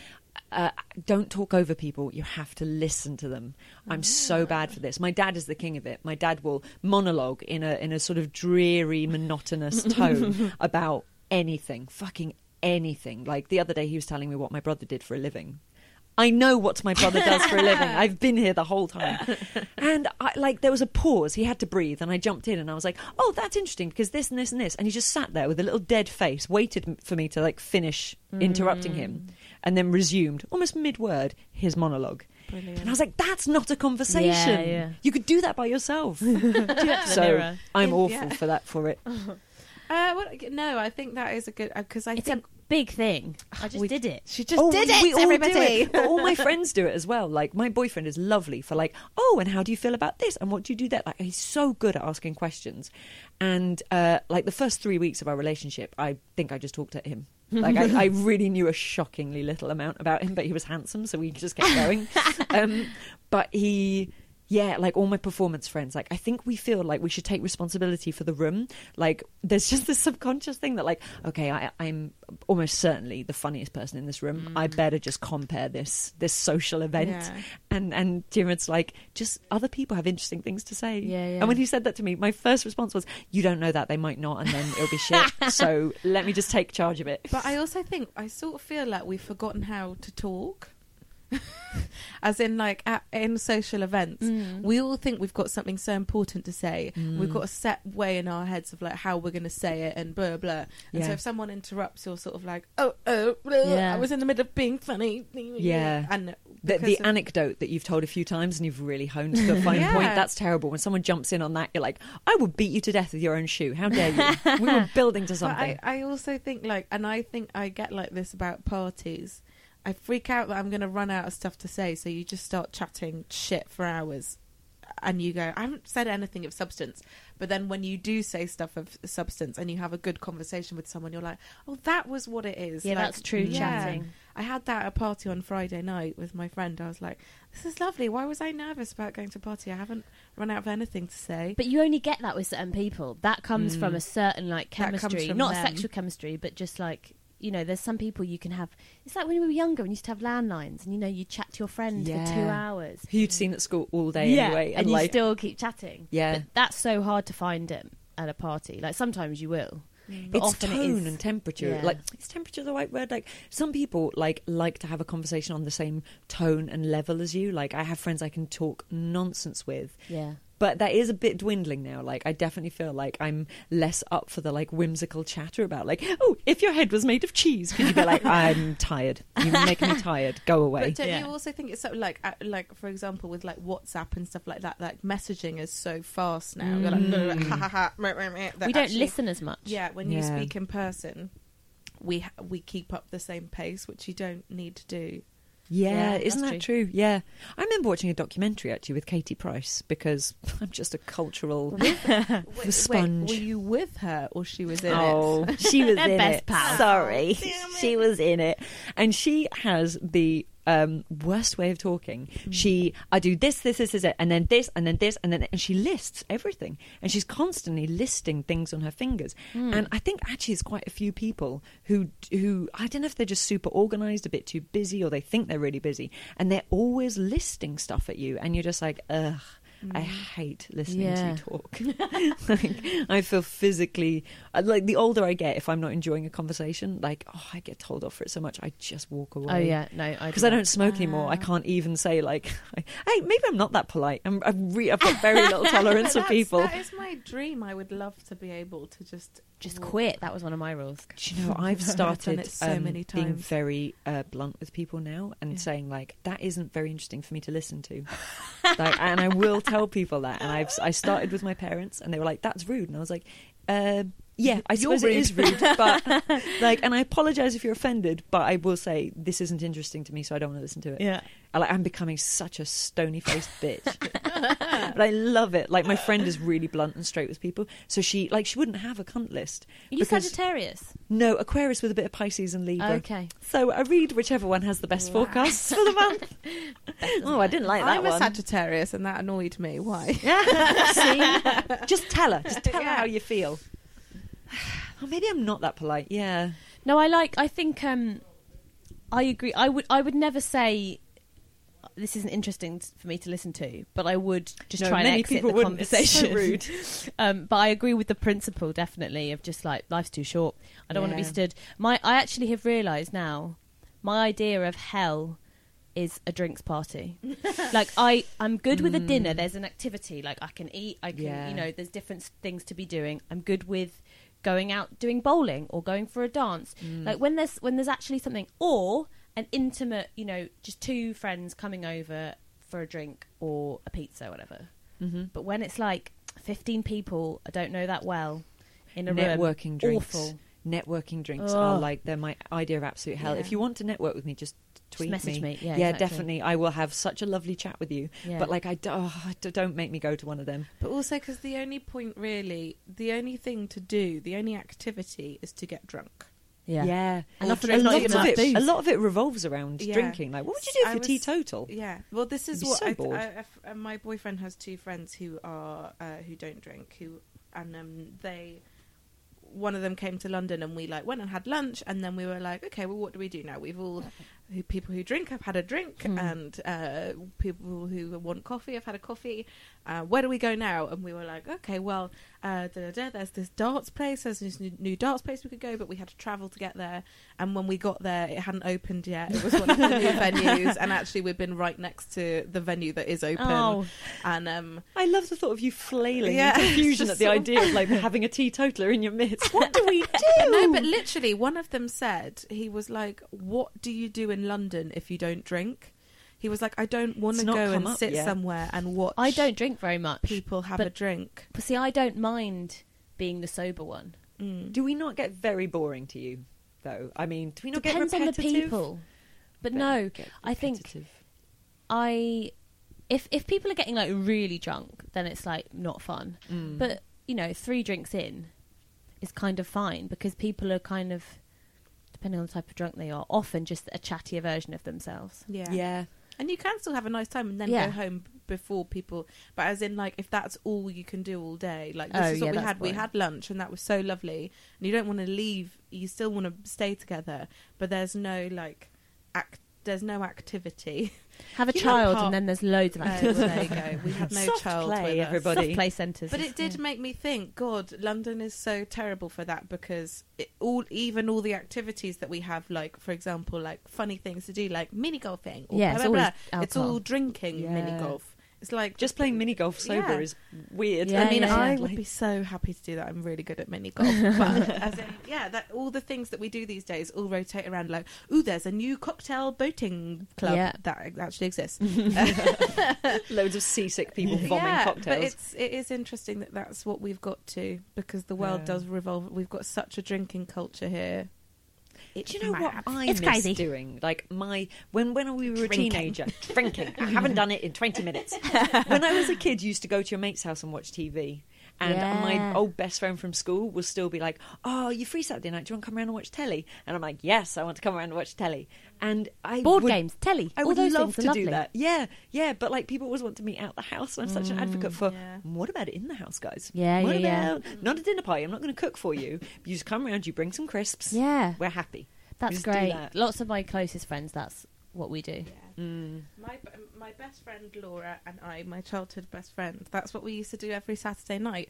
uh, don't talk over people. You have to listen to them. I'm so bad for this. My dad is the king of it. My dad will monologue in a in a sort of dreary, monotonous tone about anything, fucking anything. Like the other day, he was telling me what my brother did for a living. I know what my brother does for a living. I've been here the whole time. And I, like there was a pause. He had to breathe and I jumped in and I was like, "Oh, that's interesting because this and this and this." And he just sat there with a little dead face, waited m- for me to like finish interrupting Mm. him and then resumed almost mid-word his monologue. Brilliant. And I was like, "That's not a conversation. Yeah, yeah. You could do that by <laughs> yourself." so mirror. I'm Yeah. awful for that for it. Uh, well, no, I think that is a good because I It's a think big thing. I just We- did it. she just did Oh, we it. all do everybody. it. <laughs> But all my friends do it as well. Like my boyfriend is lovely for like, oh, and how do you feel about this? And what do you do that? Like he's so good at asking questions. And uh, like the first three weeks of our relationship, I think I just talked <laughs> at him. Like I, I really knew a shockingly little amount about him, but he was handsome, so we just kept <laughs> going. um, but he. Yeah, like all my performance friends, like I think we feel like we should take responsibility for the room. Like there's <laughs> just this subconscious thing that like, okay, I, I'm almost certainly the funniest person in this room. I Mm. better just compare this this social event. Yeah. And and Jared's like, just other people have interesting things to say. Yeah, yeah. And when he said that to me, my first response was, You don't know that, they might not, and then it'll be <laughs> shit. so let me just take charge of it. But I also think I sort of feel like we've forgotten how to talk. <laughs> As in, like at, in social events, Mm. we all think we've got something so important to say. We've got a Mm. set way in our heads of like how we're going to say it and blah blah. And Yeah. so if someone interrupts, you're sort of like, oh oh, blah, Yeah. I was in the middle of being funny. Yeah. and The, because the of- anecdote that you've told a few times and you've really honed <laughs> the fine Yeah. point, that's terrible. When someone jumps in on that, you're like, I will beat you to death with your own shoe. How dare you? we <laughs> were building to But something. I, I also think like, and I think I get like this about parties. I freak out that I'm going to run out of stuff to say, so you just start chatting shit for hours, and you go, I haven't said anything of substance. But then when you do say stuff of substance, and you have a good conversation with someone, you're like, oh, that was what it is. Yeah, Like, that's true yeah. chatting. I had that at a party on Friday night with my friend. I was like, this is lovely. Why was I nervous about going to a party? I haven't run out of anything to say. But you only get that with certain people. That comes from a certain like That comes chemistry, from not them. sexual chemistry, but just like you know, there's some people you can have. It's like when we were younger and used to have landlines, and you know, you chat to your friend for two Yeah. hours. Who you'd seen at school all day anyway. and you like, still keep chatting. Yeah. but that's so hard to find it at a party. Like sometimes you will, but it's often tone it is. and temperature. Yeah. Like is temperature the right word? Like some people like like to have a conversation on the same tone and level as you. Like I have friends I can talk nonsense with. yeah. But that is a bit dwindling now. Like I definitely feel like I'm less up for the like whimsical chatter about like, oh, if your head was made of cheese, could you be like, I'm tired. You make me tired. Go away. But don't Yeah. you also think it's so, like, uh, like for example, with like WhatsApp and stuff like that, like messaging is so fast now. You're like, Mm. ha ha ha. meh, meh, meh," that we don't actually- listen as much. Yeah, when you Yeah. speak in person, we ha- we keep up the same pace, which you don't need to do. Yeah, Yeah, isn't that that's true. Yeah. I remember watching a documentary actually with Katie Price because <laughs> I'm just a cultural Wait, wait, sponge. Oh, were you with her or she was in <laughs> <laughs> it? she was They're in best it. pals. Sorry, Oh, Damn it. <laughs> she was in it, and she has the um, worst way of talking. Hmm. She, I do this, this, this, this, it, and then this, and then this, and then, and she lists everything, and she's constantly listing things on her fingers. Hmm. And I think actually, it's quite a few people who who I don't know if they're just super organized, a bit too busy, or they think they're really busy, and they're always listing stuff at you, and you're just like, ugh. I Hmm. hate listening to Yeah. you talk. <laughs> like I feel physically uh, like the older I get, if I'm not enjoying a conversation, like oh, I get told off for it so much, I just walk away. Oh yeah, no, I Ah. Because I don't smoke anymore, I can't even say like, <laughs> "Hey, maybe I'm not that polite." I'm, I'm re- I've got <laughs> very little tolerance of That's- people. That is my dream. I would love to be able to just just quit. That was one of my rules. Do you know, <laughs> I've I've done started it so um, many being times. very uh, blunt with people now and Yeah. saying like that isn't very interesting for me to <laughs> listen to. like, and I will tell people that. And I've I started with my parents, and they were like, "That's rude," and I was like, um "Yeah, I You're suppose it is rude, <laughs> but like, and I apologize if you're offended, but I will say this isn't interesting to me, so I don't want to listen to it." Yeah. I, like, I'm becoming such a stony <laughs> faced bitch. but I love it. Like my friend is really blunt and straight with people, so she like she wouldn't have a cunt list. You because- Sagittarius. no, Aquarius with a bit of Pisces and Libra. Okay. So I read whichever one has the best Wow. forecasts <laughs> for the month. oh, I didn't like that I'm a one. Sagittarius, and that annoyed me. Why? <laughs> See, just tell her. Just tell her Yeah. how you feel. <sighs> Oh, maybe I'm not that polite. Yeah. No, I like. I think. Um, I agree. I would. I would never say this isn't interesting t- for me to listen to, but I would just No, try and many exit people the wouldn't. It's so conversation. rude. <laughs> um, but I agree with the principle definitely of just like life's too short. I don't want to Yeah. be stood. My. I actually have realised now. My idea of hell is a drinks <laughs> party. like I, I'm good with a dinner. There's an activity. Like I can eat. I can, Mm. Yeah. you know, there's different s- things to be doing. I'm good with going out doing bowling or going for a dance. Mm. Like when there's when there's actually something or an intimate, you know, just two friends coming over for a drink or a pizza or whatever. Mm-hmm. But when it's like 15 people I don't know that well in a Networking room, drinks. awful. Networking drinks are Ugh. like they're my idea of absolute hell. Yeah. If you want to network with me, just tweet message me. Yeah, exactly. definitely. I will have such a lovely chat with you. Yeah. But like, I d- oh, I d- don't make me go to one of them. But also because the only point, really, the only thing to do, the only activity is to get drunk. Yeah. yeah. And Or often drink a it's not lot, even of like it, booze. a lot of it revolves around Yeah. drinking. Like, what would you do if I you're was- teetotal? Yeah. Well, this is You'd be what so I- bored. I- I f- uh, my boyfriend has two friends who are uh, who don't drink, who and um, they one of them came to London and we like went and had lunch and then we were like, okay, well, what do we do now? We've all who, people who drink have had a drink Hmm. and uh, people who want coffee have had a coffee. Uh, where do we go now? And we were like, okay, well, uh, da, da, da, there's this darts place, there's this new, new darts place we could go, but we had to travel to get there. And when we got there, it hadn't opened yet. It was one of the <laughs> new venues, and actually, we've been right next to the venue that is open. Oh, And um, I love the thought of you flailing <laughs> Yeah. in confusion at the Sort of- idea of <laughs> like having a teetotaler in your midst. What <laughs> do we do? no, but literally, one of them said he was like, "What do you do in London if you don't drink?" He was like, "I don't want to It's not go come and up sit yet. somewhere and watch." I don't drink very much. People have but- a drink. But see, I don't mind being the sober one. Mm. do we not get very boring to you though? I mean, do we not Depends get on the repetitive? people. But Bit- no, get I think- repetitive. I if if people are getting like really drunk, then it's like not fun. Mm. But you know, three drinks in is kind of fine because people are kind of depending on the type of drunk they are, often just a chattier version of themselves. Yeah. yeah. and you can still have a nice time and then Yeah. go home b- before people. But as in, like, if that's all you can do all day, like this Oh, is what yeah, we that's had. boring. We had lunch and that was so lovely. And you don't want to leave. You still want to stay together, but there's no like act. There's no <laughs> activity. Have a You know, child part- and then there's loads of No, well, there you activities. go. We had no Soft child. play, with us. Oh, <laughs> everybody. Soft play centres. But it did make me think. God, London is so terrible for that because it, all, even all the activities that we have, like for example, like funny things to do, like mini golfing. Or Yeah, blah, it's blah, always blah. it's all alcohol. drinking mini Yeah. golf. It's like Just playing mini golf sober Yeah. is weird. Yeah, I mean, yeah, I yeah. would be so happy to do that. I'm really good at mini <laughs> golf, but as in, yeah, that all the things that we do these days all rotate around. Like, ooh, there's a new cocktail boating club Yeah. that actually <laughs> exists. Loads of seasick <laughs> people vomiting yeah, cocktails. But it's it is interesting that that's what we've got to because the world Yeah. does revolve. We've got such a drinking culture here. It's Do you know mad. what I It's miss crazy. doing? Like my when when we were Drinking. a teenager, drinking. <laughs> I haven't done it in twenty minutes. when I was a kid, you used to go to your mate's house and watch TV. And Yeah. my old best friend from school will still be like, "Oh, you free Saturday night? Do you want to come around and watch telly?" And I'm like, "Yes, I want to come around and watch telly." And I Board would- games, telly, I all would those love things to are do lovely. that. Yeah, yeah. But like, people always want to meet out the house. and I'm such an advocate for yeah. what about it in the house, guys? Mm, Yeah, what yeah, yeah. about not a dinner party? I'm not going to cook for you. You just come around. You bring some crisps. Yeah. we're happy. That's Just do great. that. Lots of my closest friends, that's what we do. Yeah. Mm. My b- my best friend Laura and I, my childhood best friend. That's what we used to do every Saturday night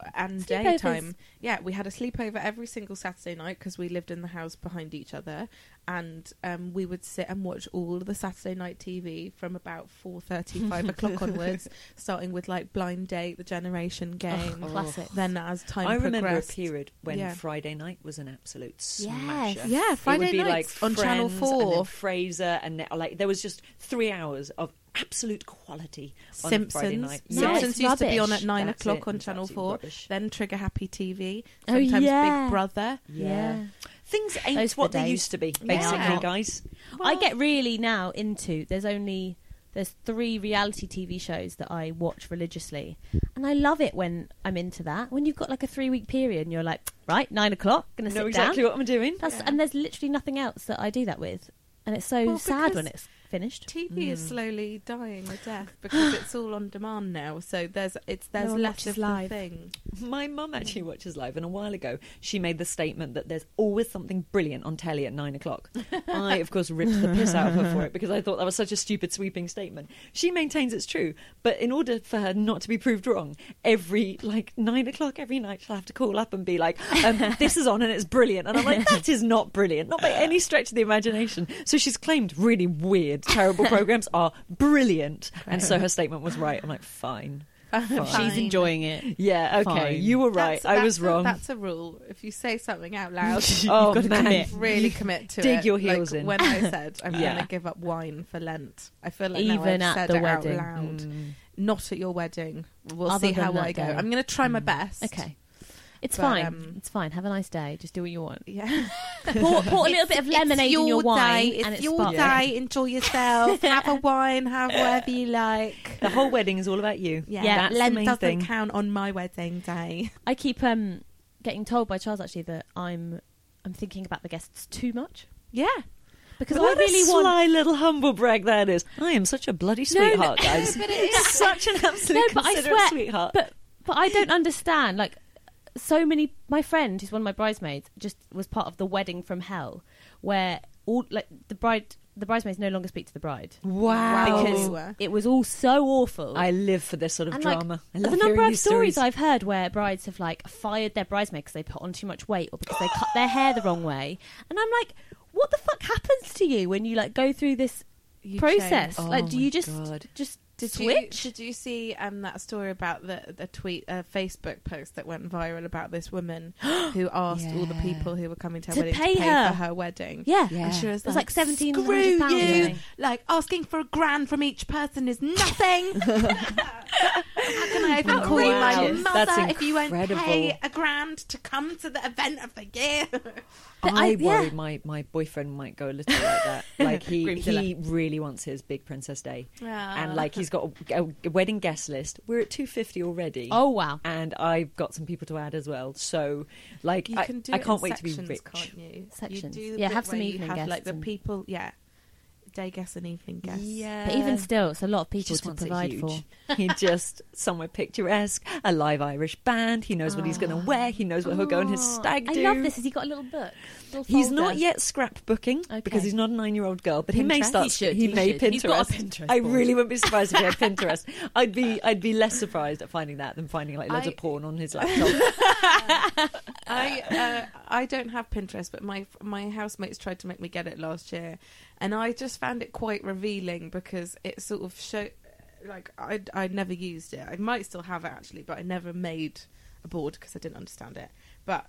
uh, and Sleepovers. daytime. Yeah, we had a sleepover every single Saturday night because we lived in the house behind each other, and um, we would sit and watch all the Saturday night TV from about four <laughs> thirty, five o'clock onwards, starting with like Blind Date, The Generation <laughs> Game. Oh. Classic. Then as time I remember progressed, a period when Yeah. Friday night was an absolute Yes. smash. Yeah, yeah, Friday it would be nights like on Channel Friends and then Four. Fraser, and then, like there was just three hours of absolute quality. On a Friday Simpsons. night. No, Yes. Simpsons it's used to be on rubbish. at nine That's o'clock it. on It's Channel absolute Four. rubbish. Then Trigger Happy TV. Oh, Sometimes yeah. Big Brother. Yeah. Things Those ain't were what the they days. used to be, basically, Yeah. guys. I get really now into there's only there's three reality TV shows that I watch religiously, and I love it when I'm into that. When you've got like a three week period and you're like, right, nine o'clock, gonna Know sit exactly down. what I'm doing. That's and there's literally nothing else that I do that with, and it's so Well, sad because- when it's finished. TV Mm. is slowly dying a death <gasps> because it's all on demand now. So there's it's there's No one less watches of the live. thing. My mum actually watches live, and a while ago she made the statement that there's always something brilliant on telly at nine o'clock. I, of course, ripped the piss out of her for it because I thought that was such a stupid, sweeping statement. She maintains it's true, but in order for her not to be proved wrong, every like nine o'clock every night she'll have to call up and be like, um, "This is on and it's brilliant," and I'm like, "That is not brilliant, not by any stretch of the imagination." So she's claimed really weird, terrible programs are brilliant, and so her statement was right. I'm like, "Fine." She's enjoying it. Yeah, okay. Fine. You were right. That's- I that's was a- wrong. <laughs> that's a rule. If you say something out loud, <laughs> oh You've got to man. commit. really commit to Dig it. your heels like in. When <laughs> I said I'm Yeah. going to give up wine for Lent, I feel like now I've Even at said the it out wedding. loud. Mm. Not at your wedding. We'll Other see than how that I go. day. I'm going to try my best. Okay, it's But, fine. um, it's fine. Have a nice day. Just do what you want. Yeah. <laughs> Pour, pour a little bit of lemonade in your wine, Day. It's and it's your sparkling. Yeah. day. Enjoy <laughs> yourself. have a wine. Have whatever you like. The whole wedding is all about you. Yeah, Yeah, that's Lent the main doesn't thing. count on my wedding <laughs> day. I keep um, getting told by Charles actually that I'm I'm thinking about the guests too much Yeah, because what I really a want. sly little humble brag that is. I am such a bloody <laughs> sweetheart, guys. but it is. <laughs> such an absolute No, but I considerate swear- sweetheart. But but I don't understand. Like so many, my friend who's one of my bridesmaids just was part of the wedding from hell, where all like the bride, the bridesmaids no longer speak to the bride Wow. because Oh. it was all so awful. I live for this sort of and like drama. I love the number hearing of these stories, I've heard where brides have like fired their bridesmaid because they put on too much weight or because they cut their hair the wrong way, and I'm like, what the fuck happens to you when you like go through this You process? change. like, Oh do my you just God. just Did switch? you did you see um, that story about the the tweet uh, Facebook post that went viral about this <gasps> woman who asked all the Yeah. people who were coming to her To wedding pay to pay her. for her wedding? yeah. Yeah. And she was It was like, like 17 screw hundred pounds, I you! think. Like asking for a grand from each person is <laughs> nothing. How can I even call you my Outrageous. That's mother if you won't incredible. pay a grand to come to the event of the year? But I, I- worry yeah. my, my boyfriend might go a little like that. Like he Grimzilla. he really wants his big princess day, Ah. and like he's got a, a wedding guest list. We're at two fifty already. Oh wow. and I've got some people to add as well. So, like, You I, can do I it can't in wait to sections, be rich. Can't you? Sections. You do the Yeah, bit have some where you evening have, guests Like the and- people, yeah, day guests and evening guests. Yeah, But even still, it's a lot of he people just to wants provide it for. huge. <laughs> he just somewhere picturesque, a live Irish band. He knows what he's going to wear. He knows what he'll go on his stag Oh. I do. love this. Has he got a little book? Little He's folder? not yet scrapbooking because Okay. he's not a nine-year-old girl, but he may Pinterest? start. He should, he may should. Pinterest. He's got a Pinterest I board. really wouldn't be surprised if he had Pinterest. I'd be, I'd be less surprised at finding that than finding like loads I- of porn on his laptop. I uh, I don't have Pinterest, but my my housemates tried to make me get it last year, and I just found it quite revealing because it sort of show like I I never used it. I might still have it actually, but I never made a bored because I didn't understand it. But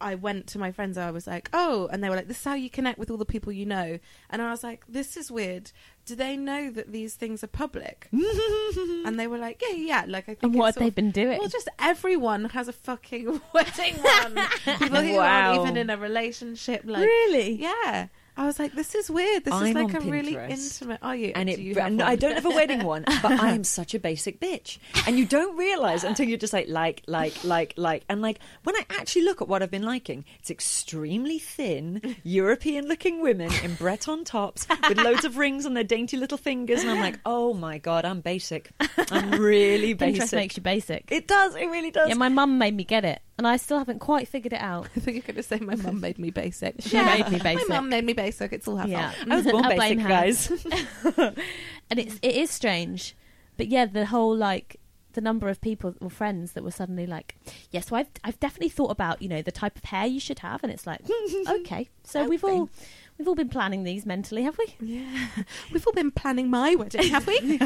I went to my friends and I was like, oh, and they were like, this is how you connect with all the people you know. And I was like, this is weird. Do they know that these things are <laughs> public? and they were like, yeah, yeah. yeah." Like, I think And it's what have sort they of- been doing? Well, just everyone has a fucking <laughs> wedding one. People who aren't Wow. even in a relationship, like, really? yeah. I was like, this is weird. This is I'm like a on really Pinterest. intimate. Are you? and Do it you have and I one? don't have a wedding one, but I am such a basic bitch, and you don't realize until you're just like like like like like and like when I actually look at what I've been liking, it's extremely thin European looking women in Breton tops with loads of rings on their dainty little fingers, and I'm like, oh my god, I'm basic, I'm really <laughs> Pinterest basic. makes you basic. it does, it really does. yeah, my mum made me get it, and I still haven't quite figured it out. I think you're going to say my mum made me basic. She made me basic. My mum made me basic. It's all her Yeah. fault. I was born I blame basic, her. guys. and it's it is strange, but yeah, the whole like the number of people or friends that were suddenly like, yes, well, I've I've definitely thought about you know the type of hair you should have, and <laughs> it's like, okay, so we've all we've all been planning these mentally, have we? Yeah. We've all been planning my wedding, have we?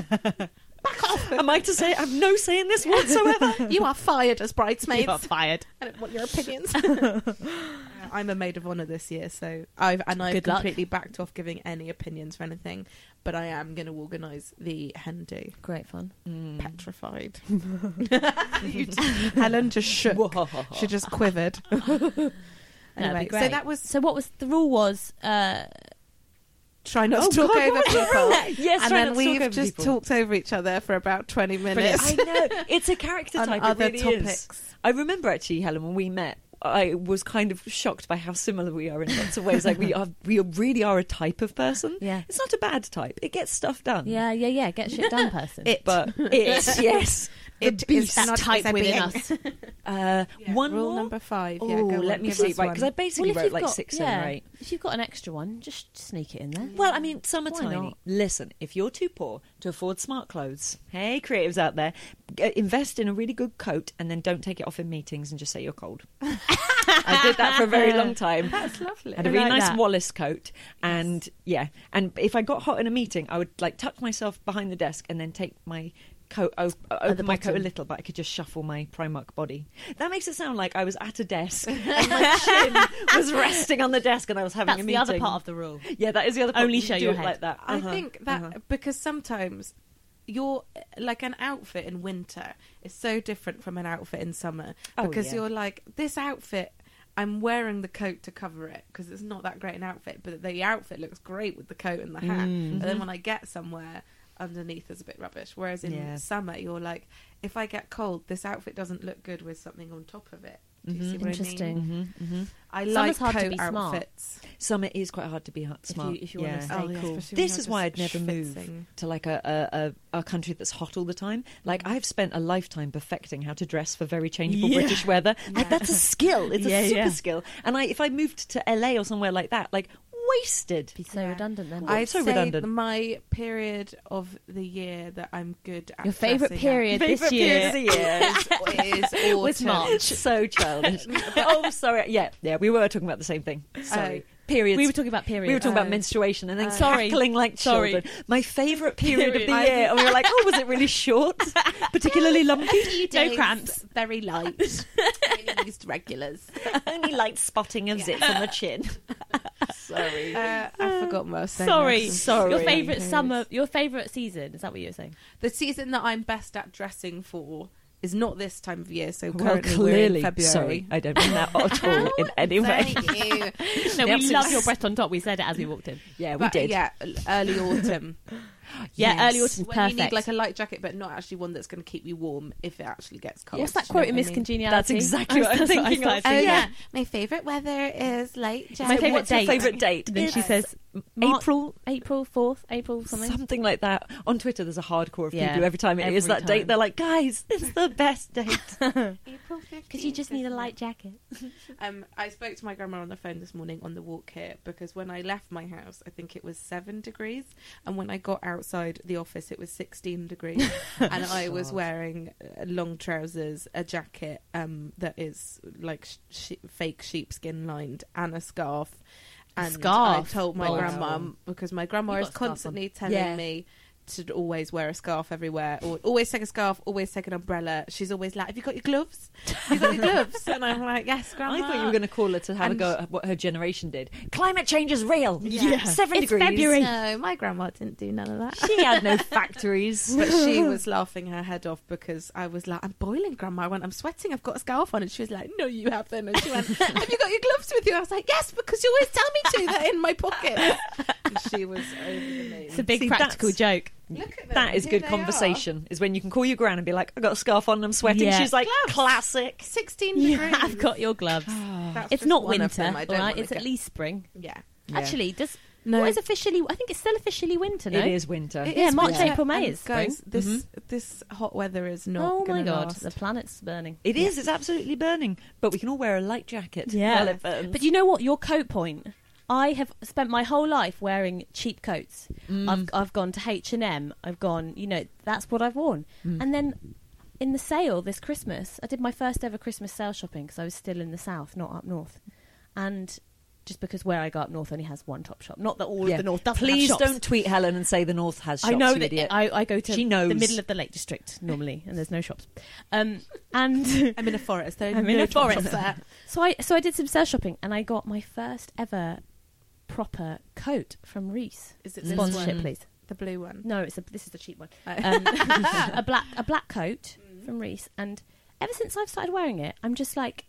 Am I to say I have no say in this <laughs> whatsoever? you are fired as bridesmaids. fired. I don't want your opinions. <laughs> I'm a maid of honor this year, so I've and I've Good luck. completely backed off giving any opinions for anything. But I am going to organise the hen do. Great fun. Mm. Petrified. You t- <laughs> Helen just shook. She just quivered. No, it'd <laughs> anyway, be so great. that was So what was the rule was uh, try not to talk over people. yes, and try then not to talk we've over just people. talked over each other for about 20 Brilliant. minutes I know it's a character on type. other it really is. topics. I remember actually, Helen, when we met, I was kind of shocked by how similar we are in lots of ways. Like we are, we really are a type of person. Yeah. it's not a bad type. It gets stuff done. yeah yeah yeah get shit done person. It, <laughs> but it yes, the It is beast that type type within within us. Uh, one rule more. number five. Oh, yeah, go on, let me give see. us Right, one. because I basically if wrote you've like got- six yeah, and eight. If you've got an extra one, just sneak it in there. Well, I mean, some are Why tiny. not? Listen, if you're too poor to afford smart clothes, hey, creatives out there, g- uh, invest in a really good coat and then don't take it off in meetings and just say you're <laughs> cold. I did that for a very long time. That's lovely. Had a I really like nice that. Wallace coat, and yeah, and if I got hot in a meeting, I would like tuck myself behind the desk and then take my coat o- the open my coat a bottom. little, but I could just shuffle my Primark body. That makes it sound like I was at a <laughs> desk and my chin was resting on the desk, and I was having That's a the meeting. other part of the rule. <laughs> Yeah, that is the other part. Only You show do your it head. like that. I Uh-huh, think that uh-huh. because sometimes your like an outfit in winter is so different from an outfit in summer Oh, because yeah. you're like this outfit. I'm wearing the coat to cover it because it's not that great an outfit, but the outfit looks great with the coat and the hat. And then when I get somewhere, underneath is a bit rubbish. Whereas in Yeah. summer, you're like, if I get cold, this outfit doesn't look good with something on top of it. Do you see what I mean? Interesting. I like Summer's hard to coat be smart. outfits. summer is quite hard to be hot, you- smart. if you wanna Oh, yeah. stay Oh, yeah, cool. especially when This you're is why I'd just never move schwitzing. to like a, a, a, a country that's hot all the time. Like Mm-hmm. I've spent a lifetime perfecting how to dress for very changeable Yeah. British <laughs> weather. Like that's a skill. It's Yeah, a super yeah. skill. And I, if I moved to LA or somewhere like that, like wasted. Be so Yeah. redundant then. I- I'd so say redundant. my period of the year that I'm good at. Your favourite dressing period this Favourite year. period <laughs> of the <laughs> up is year autumn. Was <laughs> March. so <laughs> childish. oh, sorry. Yeah, yeah. We were talking about the same thing. Sorry. Oh. Periods. Uh, We were talking about periods. We were talking about Oh. menstruation and then Sorry. cackling like Sorry. children. My favourite period of the Period. year, and we were like, "Oh, was it really short? Particularly lumpy? <laughs> No cramps. Very <laughs> light. Only used regulars. Only light spotting of zits on the chin." Sorry. Uh, I forgot what I was saying. Sorry, That's- Sorry. Your favourite Periods. summer, your favourite season. Is that what you were saying? <laughs> The season that I'm best at dressing for is not this time of year. So Well, currently we're clearly, in February. sorry, I don't mean that at all in any way. Thank you. No, Yeah, we so- love your Breton top. We said it as we walked in. <laughs> Yeah, we But, did. Yeah, early autumn. Yeah, Yes. early autumn, when perfect. you need like a light jacket, but not actually one that's going to keep you warm if it actually gets cold. What's that Do you know quote what in I Miss mean? Congeniality? That's exactly what I'm That's I thinking of. started Oh yeah. thinking. my favorite weather is light jacket. My So favourite what's your date. favourite date? Then she It's says March- April. April fourth, April something. Something like that. On Twitter, there's a hardcore of Yeah, people who every time it is every that date, time. they're like, guys, it's the best date. April fifteenth. Because you just need a light jacket. Um, I spoke to my grandma on the phone this morning on the walk here because when I left my house, I think it was seven degrees, and when I got outside the office, it was sixteen <laughs> degrees, and I was God. wearing uh, long trousers, a jacket um, that is like sh- she- fake sheepskin lined, and a scarf. And I Scarf? told my Wow. grandma because my grandma is You've got a scarf on. constantly telling Yeah. me should always wear a scarf everywhere, or always take a scarf, always take an umbrella. She's always like, "Have you got your gloves? Have you got your gloves?" <laughs> And I'm like, "Yes, I grandma." thought you were going to call her to have And- a go at what her generation did. Climate change is real. Yeah. Seven It's degrees. February. No, my grandma didn't do none of that. She had <laughs> no factories. But <laughs> she was laughing her head off because I was like, I'm boiling, Grandma. I went, I'm sweating. I've got a scarf on. And she was like, No, you haven't. And she went, Have you got your gloves with you? I was like, Yes, because you always tell me to. They're in my pocket. And she was over the moon. It's a big See, practical that's- joke. Look at them. That is Here good they are. conversation. Is when you can call your gran and be like, "I got a scarf on and I'm sweating." Yeah. She's like, Gloves. "Classic." 16 You degrees. have got your gloves. That's it's just not one winter, of them. I don't all right? wanna It's at get- least spring. Yeah. Yeah. Actually, does No. what is officially? I think it's still officially winter. No, It is winter. It Yeah, is March, winter. April, May And is spring. Guys, this, this hot weather is not oh my gonna god, last. the planet's burning. It is. It's absolutely burning. But we can all wear a light jacket. While it burns. But you know what? Your coat point. I have spent my whole life wearing cheap coats. Mm. I've Mm. I've gone to H and M. I've gone. You know, that's what I've worn. Mm. And then in the sale this Christmas, I did my first ever Christmas sale shopping because I was still in the south, not up north. And just because where I go up north only has one top shop. Not that all Yeah. of the north doesn't Please have shops. don't tweet Helen and say the North has shops. I know you idiot. that I, I go to She knows. the middle of the Lake District normally, and there's no shops. Um, and <laughs> I'm in a forest. There are <laughs> I'm in no a tops forest. there. <laughs> so I so I did some sale shopping, and I got my first ever proper coat from Reese. Is it this Sponsorship, one? please. The blue one. No, it's a, this is the cheap one. Oh. Um, <laughs> a black a black coat from Reese, and ever since I've started wearing it, I'm just like,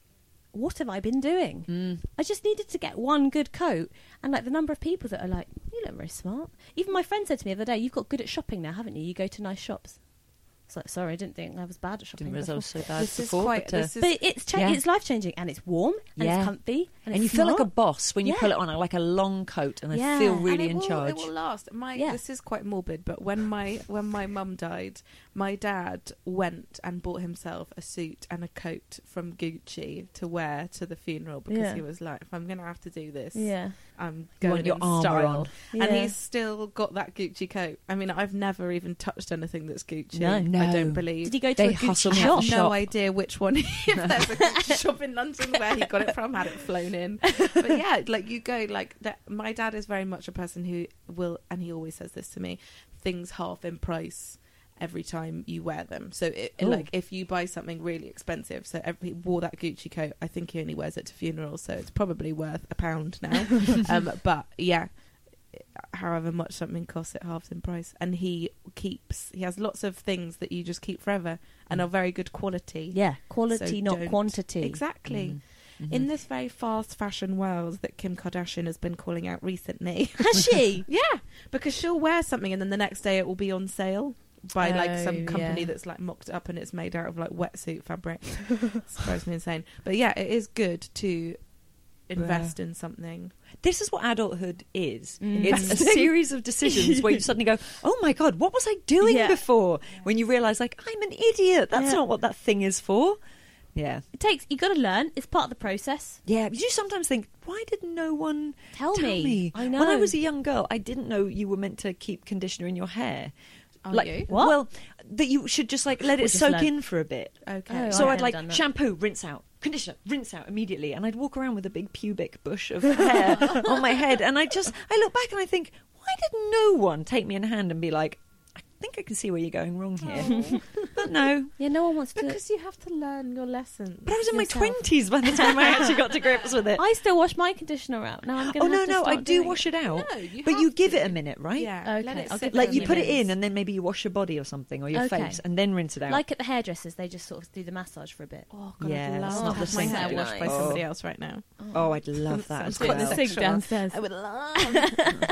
what have I been doing? Mm. I just needed to get one good coat, and like the number of people that are like, you look very smart. Even my friend said to me the other day, you've got good at shopping now, haven't you? You go to nice shops. I was like, sorry, I didn't think I was bad at shopping. Didn't realize I before." was so bad <laughs> This is before. quite. but, uh, This is But it's cha- Yeah. it's life changing and it's warm and Yeah. it's comfy and and, it's you feel like a smart. boss when you Yeah. pull it on, I like a long coat, and Yeah. I feel And really and it in will, charge. It will last. My Yeah. this is quite morbid, but when my when my mum died, my dad went and bought himself a suit and a coat from Gucci to wear to the funeral because Yeah. he was like, if I'm going to have to do this, yeah. I'm You going want your in armour style. on. And Yeah. he's still got that Gucci coat. I mean, I've never even touched anything that's Gucci. No. I No. don't believe. Did he go to They a Gucci hustle me shop? out the no shop. idea which one. if <laughs> there's a Gucci shop in London where he got it from, had it flown in. But yeah, like you go like that. My dad is very much a person who will, and he always says this to me: things half in price every time you wear them. So it, Ooh. like if you buy something really expensive, so every, he wore that Gucci coat. I think he only wears it to funerals, so it's probably worth a pound now. <laughs> um, but yeah. However much something costs, it halves in price, and he keeps. He has lots of things that you just keep forever and are very good quality. Mm. Yeah, quality So not don't- quantity. Mm-hmm. Exactly. In this very fast fashion world that Kim Kardashian has been calling out recently. <laughs> Has she? yeah, because she'll wear something and then the next day it will be on sale by like Oh, some company yeah. that's like mocked up and it's made out of like wetsuit <laughs> fabric. It's drives me insane. But yeah, it is good to invest in something. This is what adulthood is. Mm. It's a series of decisions where you suddenly go, "Oh my god, what was I doing Yeah. before?" When you realise, like, I'm an idiot. That's Yeah. not what that thing is for. Yeah, It takes you got to learn. It's part of the process. yeah. But you sometimes think, why did no one Tell me. I When I know. was a young girl, I didn't know you were meant to keep conditioner in your hair. Are like, you? What? Well, that you should just like let it just soak learn. in for a bit. Okay. Oh, So I'd I haven't like done that. shampoo, rinse out, conditioner, rinse out immediately, and I'd walk around with a big pubic bush of hair on my head, and I just I look back and I think, why did no one take me in hand and be like, I think I can see where you're going wrong here, but no. Yeah, no one wants to. because you have to learn your lessons. But I was in my Yourself. twenties by the time I actually got to grips with <laughs> it. I still wash my conditioner out. Now I'm going oh no, no, I do wash it out, No, you but have you give to. it a minute, right? Yeah. Okay, let it I'll sit give for Like a you put it minute. in, and then maybe you wash your body or something, or your Okay. face, and then rinse it out. Like at the hairdressers, they just sort of do the massage for a bit. Oh god, Yeah, I'd that's love to not the have my same hair thing. washed by Oh. somebody else right now. oh, I'd love that. Sounds as quite well. the same. Sexual. downstairs. would love.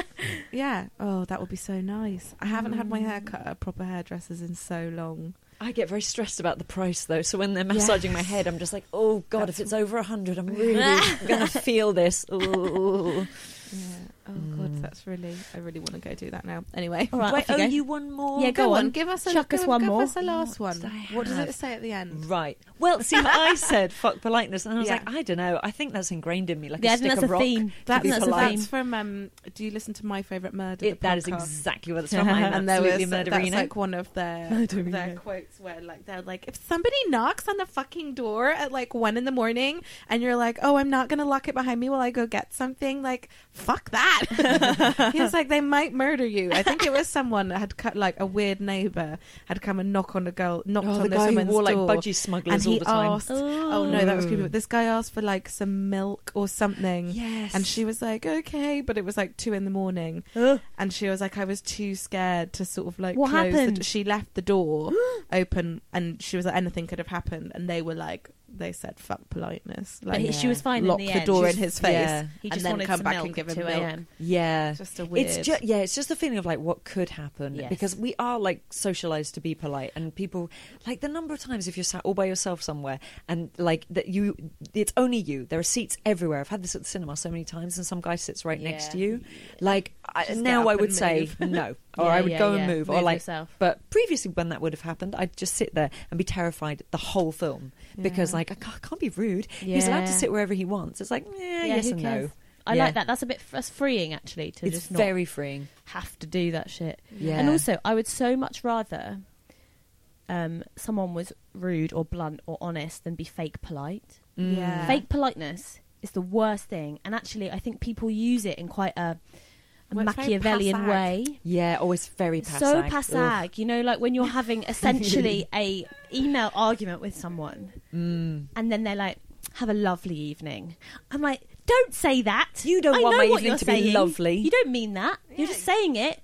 yeah. Oh, that would be so nice. I haven't had my hair cut at proper hairdressers in so long. I get very stressed about the price though. So when they're massaging my head, I'm just like, oh god, if it's over a hundred, I'm really <laughs> gonna feel this. Ooh. Yeah. Oh god, that's really. I really want to go do that now. Anyway. Oh, All right, Do I owe off you go. oh, you one more? Yeah, go on. Give us a Chuck give, us one give more. us a last What one. did I What does have? it say at the end? Right. Well, see, I said <laughs> fuck politeness, and I was Yeah. like, I don't know. I think that's ingrained in me, like Yeah, I a stick think that's of a rock. theme. That's- That's, be that's, polite. from. Um, do you listen to My Favorite Murder? It, the that is podcast? exactly <laughs> what it's from. I'm <laughs> and there was that's absolutely murderino. like one of their Murderino. their quotes where like they're like if somebody knocks on the fucking door at like one in the morning and you're like oh I'm not gonna lock it behind me while I go get something like fuck that <laughs> he was like, they might murder you. I think it was someone that had cut like a weird neighbor had come and knock on a girl, knocked Oh, on the this guy who woman's wore like door, budgie and smugglers all he the time. asked, "Oh no, that was creepy." Ooh. But this guy asked for like some milk or something, Yes. and she was like, "Okay," but it was like two in the morning, and she was like, "I was too scared to sort of like What close the happened? d- she left the <gasps> door open, and she was like, "Anything could have happened," and they were like. They said "fuck politeness." Like But he- she was fine in Lock the the, end. door She's- in his face, yeah. He and just then wanted come some back milk and give at him 2 milk. a.m. Yeah. Just a weird. It's just yeah, it's just the feeling of like what could happen Yes. because we are like socialized to be polite, and people like the number of times if you're sat all by yourself somewhere and like that you, it's only you. There are seats everywhere. I've had this at the cinema so many times, and some guy sits right next Yeah. to you. Like I, Just get now, up I would and say move. no, or Yeah, I would yeah, go yeah. and move, or Move like. yourself. But previously, when that would have happened, I'd just sit there and be terrified the whole film because Yeah. like I can't, I can't be rude. He's allowed to Yeah. sit wherever he wants. It's like eh, Yeah, yes who and cares? no. I Yeah. like that. That's a bit that's freeing actually to It's just not very freeing. have to do that shit. Yeah. And also, I would so much rather um, someone was rude or blunt or honest than be fake polite. Yeah. Mm. Fake politeness is the worst thing, and actually, I think people use it in quite a, a Well, it's very Machiavellian passag. way. Yeah, always very passag. So Ugh. passag, you know, like when you're <laughs> having essentially a email argument with someone, Mm. and then they're like, "Have a lovely evening." I'm like, "Don't say that. You don't I want know my what evening you're to be saying. lovely." You don't mean that. You're just saying it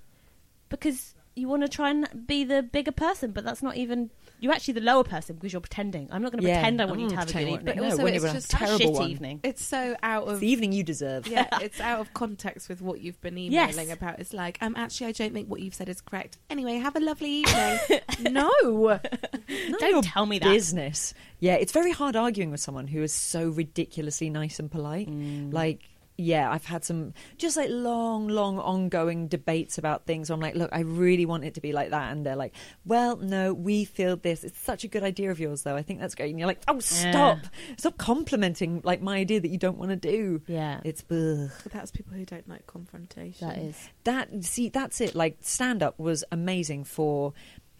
because you want to try and be the bigger person, but that's not even. You're actually the lower person because you're pretending. I'm not going to Yeah. pretend I want I'm you to not have a good pretending I evening. want- But No, also, when it's you're on a just Have a terrible shit one. evening. It's so out <laughs> It's of the evening you deserve. yeah, it's out of context with what you've been emailing Yes. about. It's like, um, actually, I don't think what you've said is correct. Anyway, have a lovely <laughs> evening. no, None of Don't your tell me that. Business. Yeah, it's very hard arguing with someone who is so ridiculously nice and polite. Like, yeah, I've had some just like long, long ongoing debates about things where I'm like, look, I really want it to be like that. And they're like, well, no, we feel this. It's such a good idea of yours, though. I think that's great. And you're like, oh, stop. Stop complimenting like my idea that you don't want to do. Yeah, It's, ugh. but that's people who don't like confrontation. that is. that see that's it like stand up was amazing for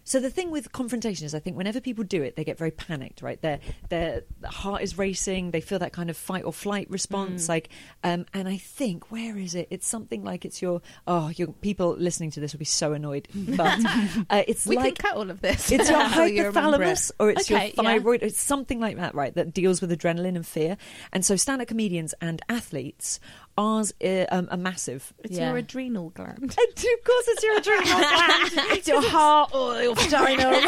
so the thing with confrontation is i think whenever people do it they get very panicked right their their heart is racing they feel that kind of fight or flight Mm. response like um, and i think where is it it's something like it's your oh your people listening to this will be so <laughs> annoyed but uh, it's We like can cut all of this. it's your <laughs> How you remember it. hypothalamus or it's Okay, yeah. your thyroid. It's something like that, right? That deals with adrenaline and fear. And so, stand up comedians and athletes, ours uh, um, are massive. It's Yeah. your adrenal <laughs> gland. And of course, it's your <laughs> adrenal gland. it's your heart or Oh, your <laughs> vagina. Where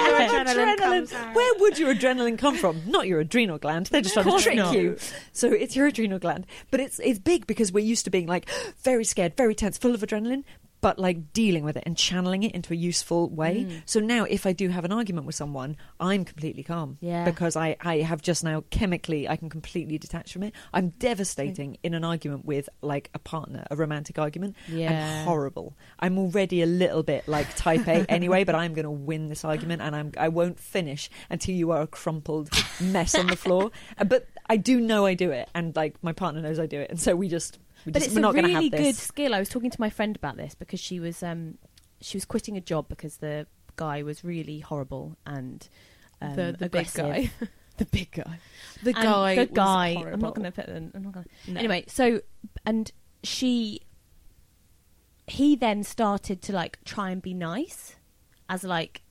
adrenaline comes out. Where would your adrenaline come from? Not your adrenal gland. They're just trying to trick not. you. So it's your adrenal gland, but it's it's big because we're used to being like very scared, very tense, full of adrenaline. But like dealing with it and channeling it into a useful way. Mm. So now, if I do have an argument with someone, I'm completely calm Yeah. because I, I have just now chemically I can completely detach from it. I'm devastating in an argument with like a partner, a romantic argument. Yeah. I'm horrible. I'm already a little bit like type <laughs> A anyway, but I'm going to win this argument and I'm, I won't finish until you are a crumpled mess on the <laughs> floor. Uh, But I do know I do it, and like my partner knows I do it, and so we just, we but just it's we're a not going to really have good this. skill. I was talking to my friend about this because she was um, she was quitting a job because the guy was really horrible and um, The- the big aggressive. guy. <laughs> the big guy, The And guy. the was guy. I'm horrible. not going to put them. I'm not going. to No. Anyway, so and she, he then started to like try and be nice, as like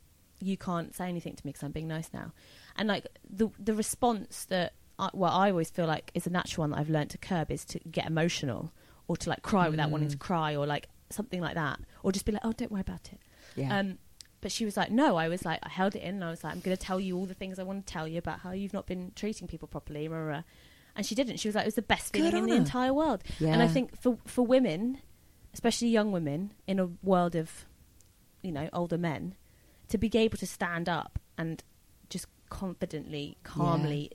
you can't say anything to me because I'm being nice now, and like the the response that I, well I always feel like is a natural one that I've learned to curb is to get emotional or to like cry without wanting to cry or like something like that or just be like oh don't worry about it. Yeah. Um, but she was like, no, I was like, I held it in and I was like, I'm going to tell you all the things I want to tell you about how you've not been treating people properly. Rah, rah, rah. And she didn't. She was like, it was the best Good feeling in on the her. entire world. And I Yeah. think for, for women, especially young women in a world of, you know, older men, to be able to stand up and just confidently, calmly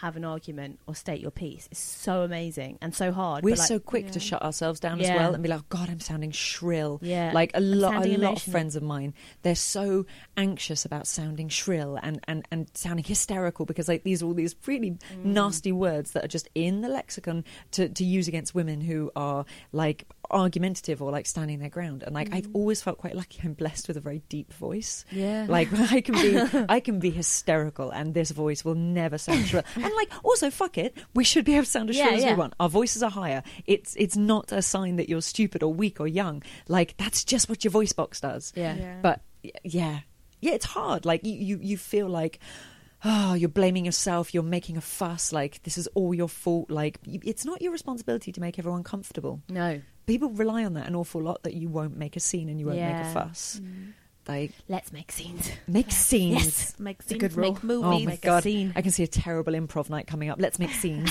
have an argument or state your piece is so amazing and so hard. We're but, like, so quick to Yeah. shut ourselves down as Yeah. well and be like, oh, God, I'm sounding shrill. Yeah. Like a I'm lot, a sounding lot of emotional. friends of mine, they're so anxious about sounding shrill and, and, and sounding hysterical because like these are all these really Mm. nasty words that are just in the lexicon to, to use against women who are like argumentative or like standing their ground. And like I've Mm. always felt quite lucky. I'm blessed with a very deep voice. Yeah. Like <laughs> I can <laughs> be, I can be hysterical, and this voice will never sound shrill. And like, also, fuck it, we should be able to sound as Yeah, shrill as yeah. we want. Our voices are higher. It's it's not a sign that you're stupid or weak or young. Like that's just what your voice box does. Yeah. Yeah. But y- yeah, yeah, it's hard. Like you you, you feel like. Oh, you're blaming yourself. You're making a fuss. Like this is all your fault. Like you, it's not your responsibility to make everyone comfortable. No. People rely on that an awful lot. That you won't make a scene and you won't make Yeah. a fuss. Like Let's make scenes. make scenes. <laughs> Yes. Make a scenes, good rule. make movies. Oh my Make a god! scene. I can see a terrible improv night coming up. Let's make <laughs> scenes.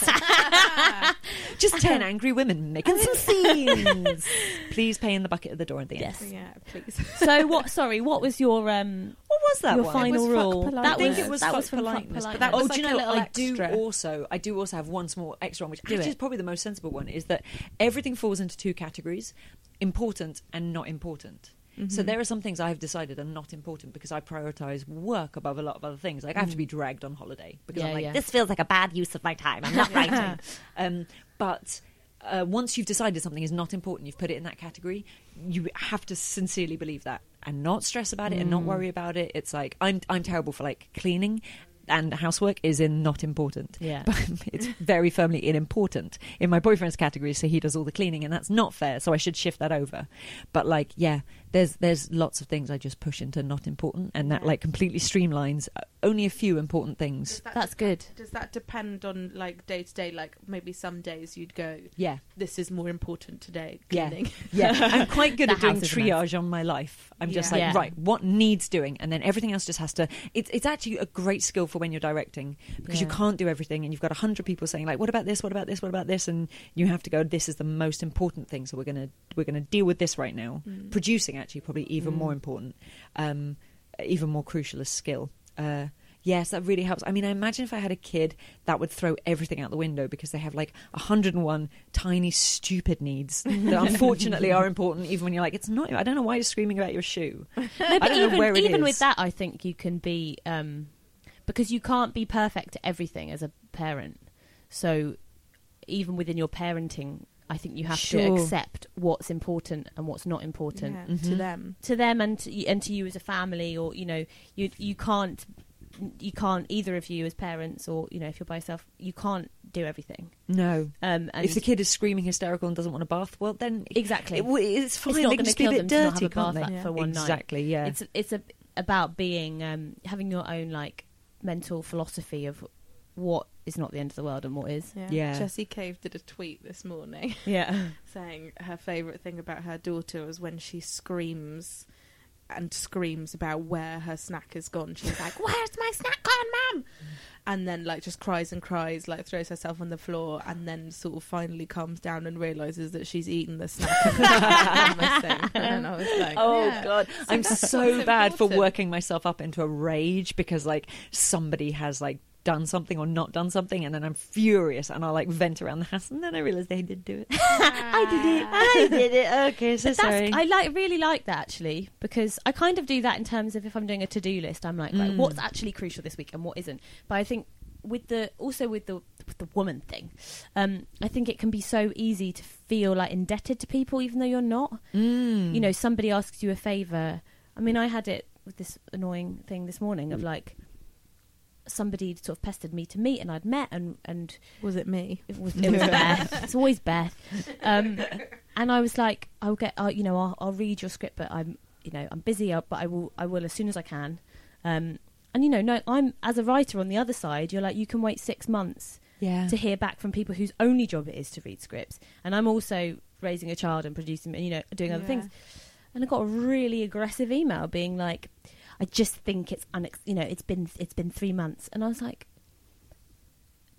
Just ten angry women making some <laughs> scenes. Please pay in the bucket at the door at the end. Yes. Yeah, <laughs> please. So what? Sorry, what was your um? What was that your one? final was fuck rule? politeness. That I think was it was that fuck was from politeness, fuck but that oh, was politeness. do like you know a little extra. I do also I do also have one small extra one, which Do actually is it. probably the most sensible one, is that everything falls into two categories: important and not important. Mm-hmm. So there are some things I have decided are not important because I prioritize work above a lot of other things. Like I have to be dragged on holiday because Mm-hmm. Yeah, I'm like, yeah. this feels like a bad use of my time. I'm not writing. Um, but uh, once you've decided something is not important, you've put it in that category. You have to sincerely believe that and not stress about it and not worry about it. It's like I'm I'm terrible for like cleaning. And housework is in not important. <laughs> Yeah. But it's very firmly in important in my boyfriend's category, so he does all the cleaning and that's not fair, so I should shift that over. But like, yeah, there's there's lots of things I just push into not important and that Yeah. like completely streamlines uh, only a few important things. That's good. Does that depend on like day to day? Like maybe some days you'd go, Yeah. this is more important today. Yeah. Cleaning. <laughs> Yeah, I'm quite good The at doing house is a triage on my life. I'm just Yeah. like, Yeah. right, what needs doing, and then everything else just has to. It's it's actually a great skill for when you're directing because Yeah. you can't do everything, and you've got a hundred people saying like, what about this? What about this? What about this? And you have to go. This is the most important thing, so we're gonna we're gonna deal with this right now. Producing actually probably even more important, um, even more crucial as skill. Uh, Yes, that really helps. I mean, I imagine if I had a kid, that would throw everything out the window because they have like 101 tiny, stupid needs that unfortunately are important, even when you're like, it's not, I don't know why you're screaming about your shoe. No, but don't know even where it even is. with that, I think you can be um, because you can't be perfect at everything as a parent. So even within your parenting, I think you have Sure. to accept what's important and what's not important Yeah, To them. to them and to, y- and to you as a family. Or you know, you you can't you can't either of you as parents or you know if you're by yourself, you can't do everything. No. Um, and if the kid is screaming hysterical and doesn't want a bath, well, then Exactly. it- it's fine. not they gonna can just be a kill bit them to not dirty, have a bath can't they? up for one night. exactly, yeah. it's it's a, about being um, having your own like mental philosophy of what is not the end of the world and what is. Yeah. Yeah. Jessie Cave did a tweet this morning <laughs> Yeah. saying her favourite thing about her daughter was when she screams and screams about where her snack has gone. She's like, Where's my snack gone, mum? And then like just cries and cries, like throws herself on the floor and then sort of finally calms down and realises that she's eaten the <laughs> snack <laughs> and the hummus thing. And I was like, Oh yeah. god, I'm that's so what's bad for important. working myself up into a rage because like somebody has like done something or not done something, and then I'm furious and I like vent around the house, and then I realize they did do it. <laughs> I did it. I did it. Okay, so But sorry. that's, I like really like that actually because I kind of do that in terms of if I'm doing a to do list, I'm like, right, what's Mm. actually crucial this week and what isn't. But I think with the also with the with the woman thing, um, I think it can be so easy to feel like indebted to people even though you're not. Mm. You know, somebody asks you a favor. I mean, I had it with this annoying thing this morning Mm. of like somebody sort of pestered me to meet and I'd met and and Was it me? it was, it was Beth. It's always Beth. Um, and I was like, I'll get, uh, you know, I'll, I'll read your script, but I'm, you know, I'm busy, uh, but I will, I will as soon as I can. Um, and you know, no, I'm as a writer on the other side. You're like, you can wait six months yeah. to hear back from people whose only job it is to read scripts, and I'm also raising a child and producing, and you know, doing other Yeah. things. And I got a really aggressive email being like, I just think it's unex- you know, it's been it's been three months, and I was like.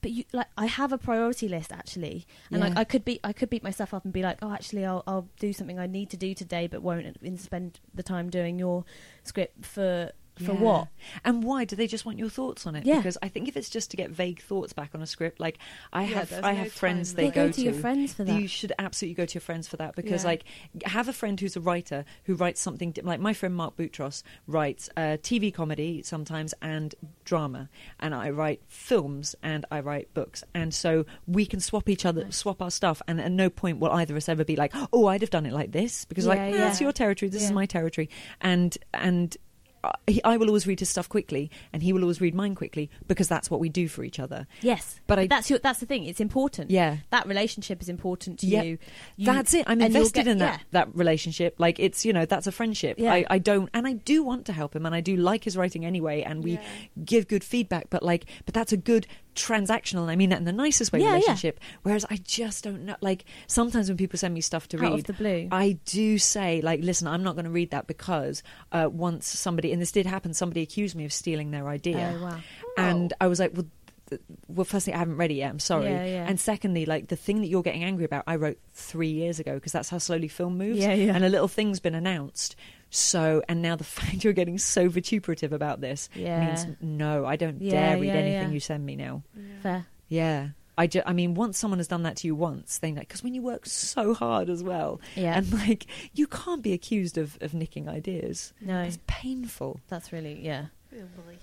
But you like I have a priority list actually, and like Yeah. I could be I could beat myself up and be like, oh, actually I'll I'll do something I need to do today, but won't and spend the time doing your script for for Yeah. what? and why do they just want your thoughts on it Yeah. because i think if it's just to get vague thoughts back on a script like i Yeah, have there's i no have friends time they limit. go, go to your friends for that. you should absolutely go to your friends for that because Yeah. like have a friend who's a writer who writes something di- like my friend mark boutros writes uh, tv comedy sometimes and drama and i write films and i write books and so we can swap each other swap our stuff and at no point will either of us ever be like oh i'd have done it like this because like Yeah, "Nah, that's yeah. your territory this is Yeah. my territory and and I- he- I will always read his stuff quickly, and he will always read mine quickly because that's what we do for each other. Yes, But but, I- that's your that's the thing. It's important. Yeah. that relationship is important to Yeah. you. You- that's it. I'm and you'll invested get- in that yeah. that relationship. Like it's you know that's a friendship. Yeah. I, I don't and I do want to help him and I do like his writing anyway and we Yeah. give good feedback. But like but that's a good transactional and I mean that in the nicest way Yeah, yeah. relationship. Whereas I just don't know. Like sometimes when people send me stuff to Out of read, the blue. I do say like listen, I'm not going to read that because uh, once somebody and this did happen, somebody accused me of stealing their idea. Oh, wow. And I was like, well. th- Well, firstly, I haven't read it yet. I'm sorry. Yeah, yeah. And secondly, like the thing that you're getting angry about, I wrote three years ago because that's how slowly film moves. Yeah, yeah. And a little thing's been announced. So, and now the <laughs> fact you're getting so vituperative about this Yeah. means no, I don't Yeah, dare read yeah, anything yeah. you send me now. Fair. Yeah. I, ju- I mean, once someone has done that to you once, they know, because when you work so hard as well, Yeah. and like, you can't be accused of, of nicking ideas. No, It's painful. that's really yeah. Oh, boy.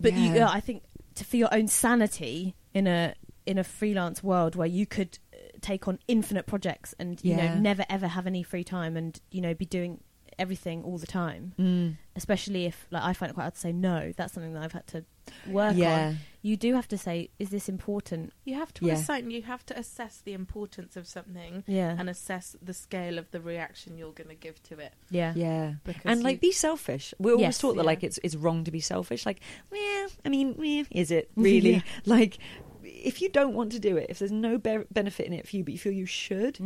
But you, Yeah. uh, I think to, for your own sanity in a in a freelance world where you could uh, take on infinite projects and you Yeah. know never ever have any free time and you know be doing everything all the time. Mm. Especially if like I find it quite hard to say no. That's something that I've had to work Yeah. on. You do have to say, is this important? You have to Yeah. assign. You have to assess the importance of something Yeah. and assess the scale of the reaction you're going to give to it. yeah. Yeah. Because and like you- be selfish. We're always Yes, taught that yeah. like it's it's wrong to be selfish. Like, yeah, I mean, yeah, is <laughs> it really Yeah. like if you don't want to do it, if there's no be- benefit in it for you, but you feel you should,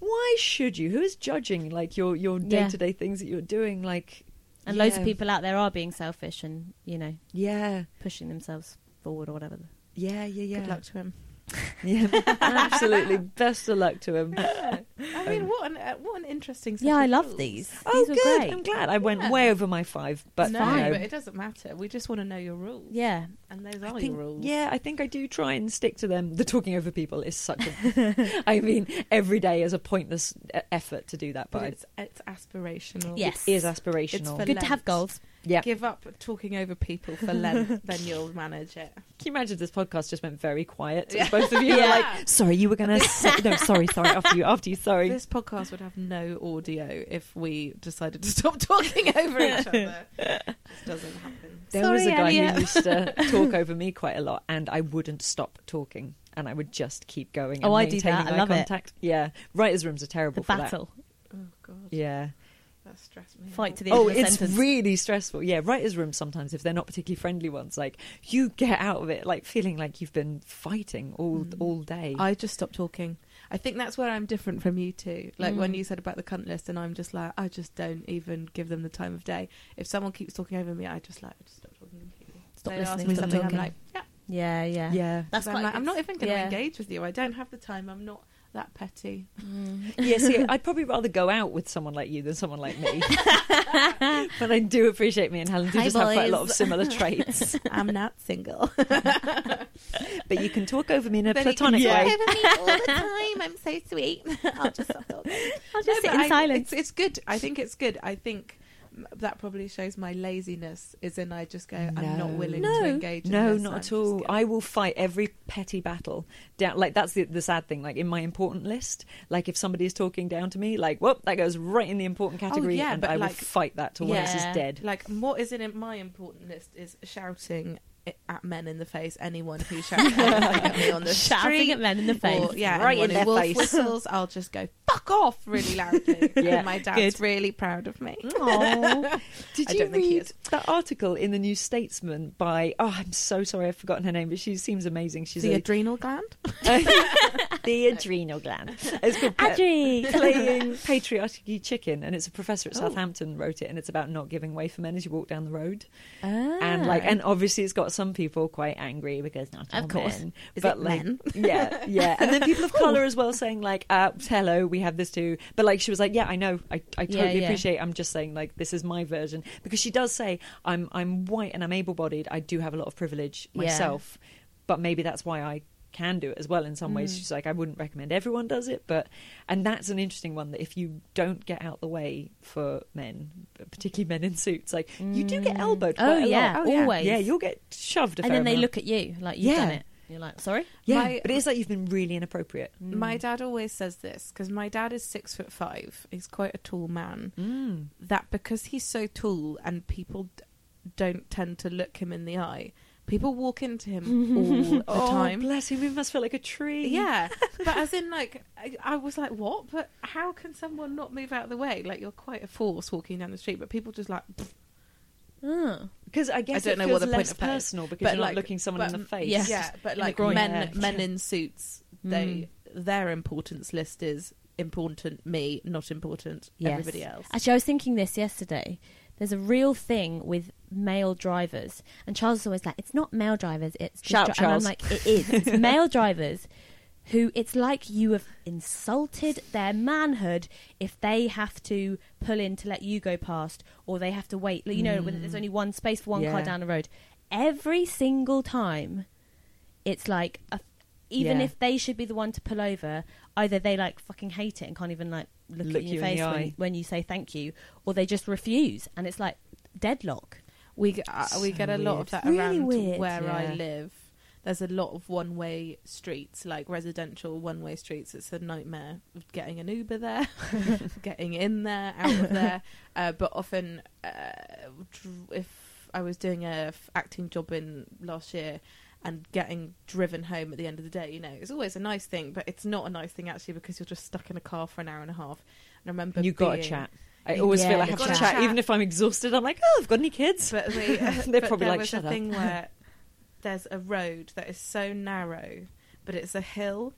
why should you? Who is judging like your your Yeah. day to day things that you're doing? Like, And loads of yeah. people out there are being selfish and, you know, Yeah, pushing themselves forward or whatever. yeah, yeah, yeah. good luck to <laughs> him. <laughs> Yeah, <laughs> absolutely. Best of luck to him. I mean, what an uh, what an interesting. set yeah, I of love rules. these. Oh, these were good. great. I'm glad. I went Yeah. way over my five, but no, you know, but it doesn't matter. We just want to know your rules. Yeah. and those I are think- your rules. Yeah, I think I do try and stick to them. The talking over people is such <laughs> a. I mean, every day is a pointless uh, effort to do that, but but, it's it's aspirational. Yes. it is aspirational. It's for Good to have Lent. goals. yeah. Can Give up talking over people for <laughs> Lent, then you'll manage it. you imagine this podcast just went very quiet? Yeah. Both of <laughs> you were Yeah. like, sorry, you were going to. Say, no, sorry, sorry, after you, after you, sorry. This podcast would have no audio if we decided to stop <laughs> talking over each <laughs> other. Just doesn't happen. There Sorry, was a guy Elliot. who used to <laughs> talk over me quite a lot, and I wouldn't stop talking. And I would just keep going. And Oh, I do maintaining that. I eye love it. contact. Yeah, writers' rooms are The terrible for battle. Oh god, that. Yeah, that stressed me. Fight out. to the end Oh, of the it's sentence. really stressful. Yeah, writers' rooms sometimes if they're not particularly friendly ones, like you get out of it like feeling like you've been fighting all Mm. all day. I just stopped talking. I think that's where I'm different from you two. Like when Mm. you said about the cunt list, and I'm just like, I just don't even give them the time of day. If someone keeps talking over me, I just like, I just stop talking. Completely. Stop they listening, ask me stop something, talking. I'm like, yeah. yeah, yeah. yeah. That's 'Cause quite I'm like, good. I'm not even going to Yeah. engage with you. I don't have the time. I'm not that petty. yeah, see, I'd probably rather go out with someone like you than someone like <laughs> me. but I do appreciate me and Helen do Hi, just have quite a lot of boys. similar <laughs> traits. I'm not <laughs> single. but you can talk over me in a But you can platonic talk way. over me all <laughs> the time. I'm so sweet. <laughs> I'll just stop talking. I'll No, but just sit in I- silence. <laughs> It's, it's good. I think it's good. I think m- that probably shows my laziness is in I just go, I'm not No. willing No. to engage. in No, this. not I'm at just all. gonna- I will fight every petty battle down. Like that's the, the sad thing. Like in my important list, like if somebody is talking down to me, like whoop, that goes right in the important category, yeah, and but I will like- fight that till one of us Yeah. is dead. Like, what is in it- my important list is shouting i- at men in the face. Anyone who shouts anything at me on <laughs> the Shouting street. at men in the face. Or, yeah, Right anyone who in their wolf face. whistles, I'll just go fuck off really <laughs> loudly. Yeah, my dad's really proud of me. <laughs> Aw. Did I you don't think he read is. that article in the New Statesman <laughs> by? Oh, I'm so sorry, I've forgotten her name, but she seems amazing. She's the a, adrenal gland. the adrenal gland. It's called Pe- <laughs> <laughs> Adri! Playing Patriarchy Chicken, and it's a professor Oh. at Southampton wrote it, and it's about not giving way for men as you walk down the road. Ah. And like, and obviously, it's got some people quite angry because not Of all course. men. Is but it like, men? <laughs> yeah, yeah. And then <laughs> people of color as well saying like, uh, "Hello, we have this too." But like, she was like, "Yeah, I know, I, I Yeah, totally yeah. appreciate." I'm just saying like, this is my version because she does say, "I'm I'm white and I'm able-bodied. I do have a lot of privilege Yeah. myself, but maybe that's why I." can do it as well in some Mm. ways she's like i wouldn't recommend everyone does it but and that's an interesting one that if you don't get out the way for men particularly men in suits like you do Mm. get elbowed Oh, quite a yeah, lot. always. yeah you'll get shoved a and fair then they amount. look at you like you've Yeah. done it. You're like, sorry. Yeah, My- but it's like you've been really inappropriate. My dad always says this because my dad is six foot five. He's quite a tall man. Mm. That because he's so tall and people d- don't tend to look him in the eye, people walk into <laughs> him all the oh, time. bless him, he must feel like a tree. <laughs> yeah, but as in, like, I, I was like, what? But how can someone not move out of the way? Like, you're quite a force walking down the street, but people just like, pfft, Oh. because I guess I it don't know feels what the point less of that is, personal because but you're like- not looking someone but- in the face. Yes. yeah. But the like groin. men, Yeah. Mm. men in suits, they their importance list is important me, not important Yes. everybody else. Actually, I was thinking this yesterday. There's a real thing with male drivers, and Charles is always like, "It's not male drivers, it's just Shout, dri-" Charles. And I'm like, "It is <laughs> it's male drivers." Who it's like you have insulted their manhood if they have to pull in to let you go past, or they have to wait. You know, when there's only one space for one car Mm. Yeah. down the road. Every single time, it's like a, even Yeah. if they should be the one to pull over, either they like fucking hate it and can't even like look, Look at your you in face the when, eye. when you say thank you, or they just refuse, and it's like deadlock. We get, uh, we So get a lot weird. of that Really around weird. where Yeah. I live. There's a lot of one way streets, like residential one way streets. It's a nightmare getting an Uber there, <laughs> getting in there, out of there. Uh, but often, uh, dr- if I was doing a f- acting job in last year and getting driven home at the end of the day, you know, it's always a nice thing, but it's not a nice thing actually because you're just stuck in a car for an hour and a half. And I remember you got to being- chat. I always Yeah, feel I you have to gotta chat. chat. even if I'm exhausted. I'm like, oh, I've got any kids? But <laughs> they, They're but probably there like, was shut a up. thing <laughs> where there's a road that is so narrow, but it's a hill,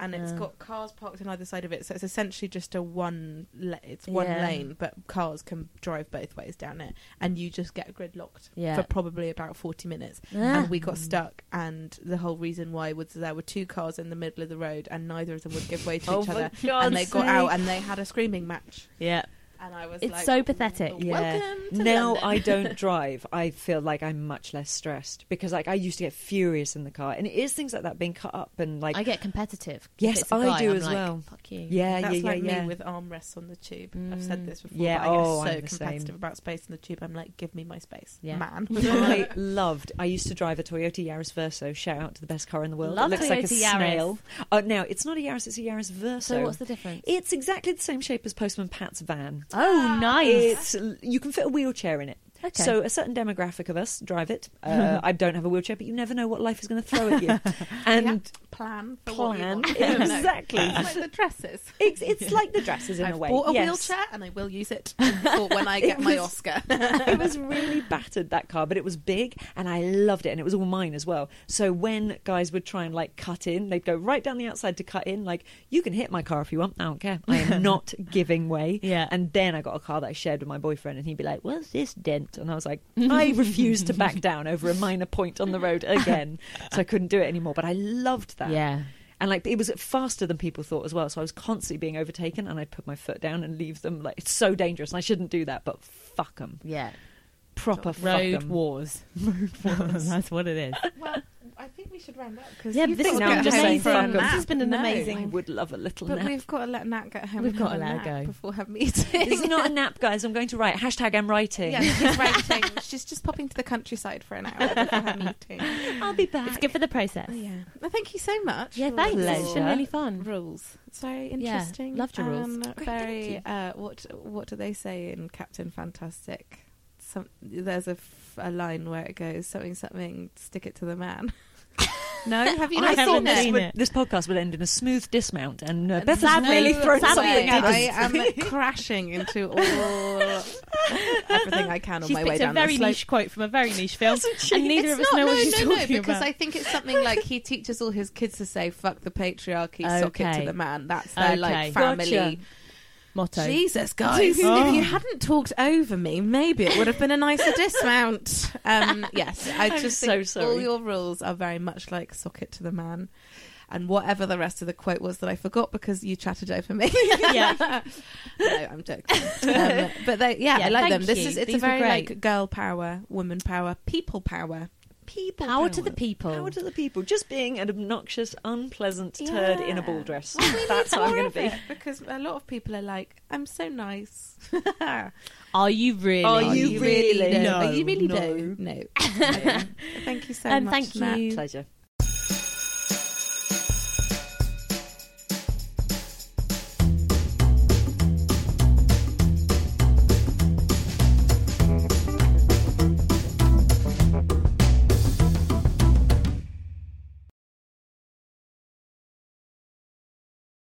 and it's Yeah. got cars parked on either side of it. So it's essentially just a one. Le- it's one Yeah. lane, but cars can drive both ways down it, and you just get gridlocked Yeah. for probably about forty minutes. And Ah. we got stuck, and the whole reason why was there were two cars in the middle of the road, and neither of them would give way to <laughs> Oh, each for other. God's and they got sake. out, and they had a screaming match. Yeah. And I was It's like, so pathetic. "Welcome Yeah. to now London." <laughs> I <laughs> don't drive. I feel like I'm much less stressed because like I used to get furious in the car, and it is things like that being cut up and like I get competitive. If Yes, it's a I guy, do I'm as like, well. Fuck you. yeah, That's yeah, like yeah, yeah. me with armrests on the tube. I've Mm. said this before. Yeah, but I get oh, so I'm the competitive same. about space on the tube. I'm like, give me my space, Yeah. man. <laughs> <laughs> I loved. I used to drive a Toyota Yaris Verso. Shout out to the best car in the world. Love it looks like a Toyota Yaris. snail. Oh, now it's not a Yaris. It's a Yaris Verso. So, what's the difference? It's exactly the same shape as Postman Pat's van. oh, nice. It's you can fit a wheelchair in it. Okay. ah, So a certain demographic of us drive <laughs> it. Uh, I don't have a wheelchair, but you never know what life is going to throw at you. And plan for what you plan <laughs> want. I don't know. exactly. <laughs> It's like the dresses. It's, <laughs> it's like the dresses in I've a way. bought a yes. wheelchair and I will use it for when I It get my was- Oscar. <laughs> it was really battered that car, but it was big and I loved it, and it was all mine as well. So when guys would try and like cut in, they'd go right down the outside to cut in. Like you can hit my car if you want, I don't care. I <laughs> am not giving way. Yeah. And then I got a car that I shared with my boyfriend, and he'd be like, "What's this dent?" And I was like, <laughs> "I refuse to back down over a minor point on the road again." So I couldn't do it anymore. But I loved that. yeah. And like it was faster than people thought as well. So I was constantly being overtaken, and I'd put my foot down and leave them. Like it's so dangerous, and I shouldn't do that. But fuck them, Yeah. proper fuck Road 'em. <laughs> wars. <laughs> Road wars. That's what it is. well, I think we should round up because Yeah, you've this got has to now get I'm just home saying for a fuck 'em. nap. This has been an No. amazing- I would love a little But nap. we've got to let Nat get home. We've and got have a to let her nap go. before her meeting. this is not a nap, guys. I'm going to write hashtag I'm <laughs> writing. yeah, she's <laughs> writing. She's just popping to the countryside for an hour before her meeting. I'll be back. It's good for the process. Oh, yeah. Well, thank you so much. Yeah, for thanks. It's this. been Pleasure. really fun. rules. It's very Yeah, interesting. loved your rules. Um, Great, very. Uh, what What do they say in Captain Fantastic? Some, there's a, f- a line where it goes something something. Stick it to the man. no, have you I not thought seen this, it? seen would, it. this podcast would end in a smooth dismount, and uh, And Beth has sadly- really thrown sadly, something at I us. am crashing into all everything I can on She's my picked way a down the very slope. <laughs> niche quote from a very <laughs> niche film, and neither It's of us not- know no, what she's no, talking no, because about. I think it's something like he teaches all his kids to say "fuck the patriarchy," sock it to Okay. the man. That's their Okay. like family. Gotcha. Motto. Jesus, guys! Oh. If you hadn't talked over me, maybe it would have been a nicer dismount. Um, yes, I I'm just so think sorry. all your rules are very much like socket to the man, and whatever the rest of the quote was that I forgot because you chatted over me. Yeah. <laughs> no, I'm joking. Um, but they, yeah, Yeah, I like thank them. This you. is it's These a were very great. like girl power, woman power, people power. People Power, to the people. Power to the people. Just being an obnoxious, unpleasant turd in a ball Yeah. dress. Well, we need That's what I'm more going of to be. it, <laughs> because a lot of people are like, "I'm so nice." Are you really? Are you really? No. No, Are you really no. no? No. No. Thank you so Um, much. thank Nat. you. Pleasure.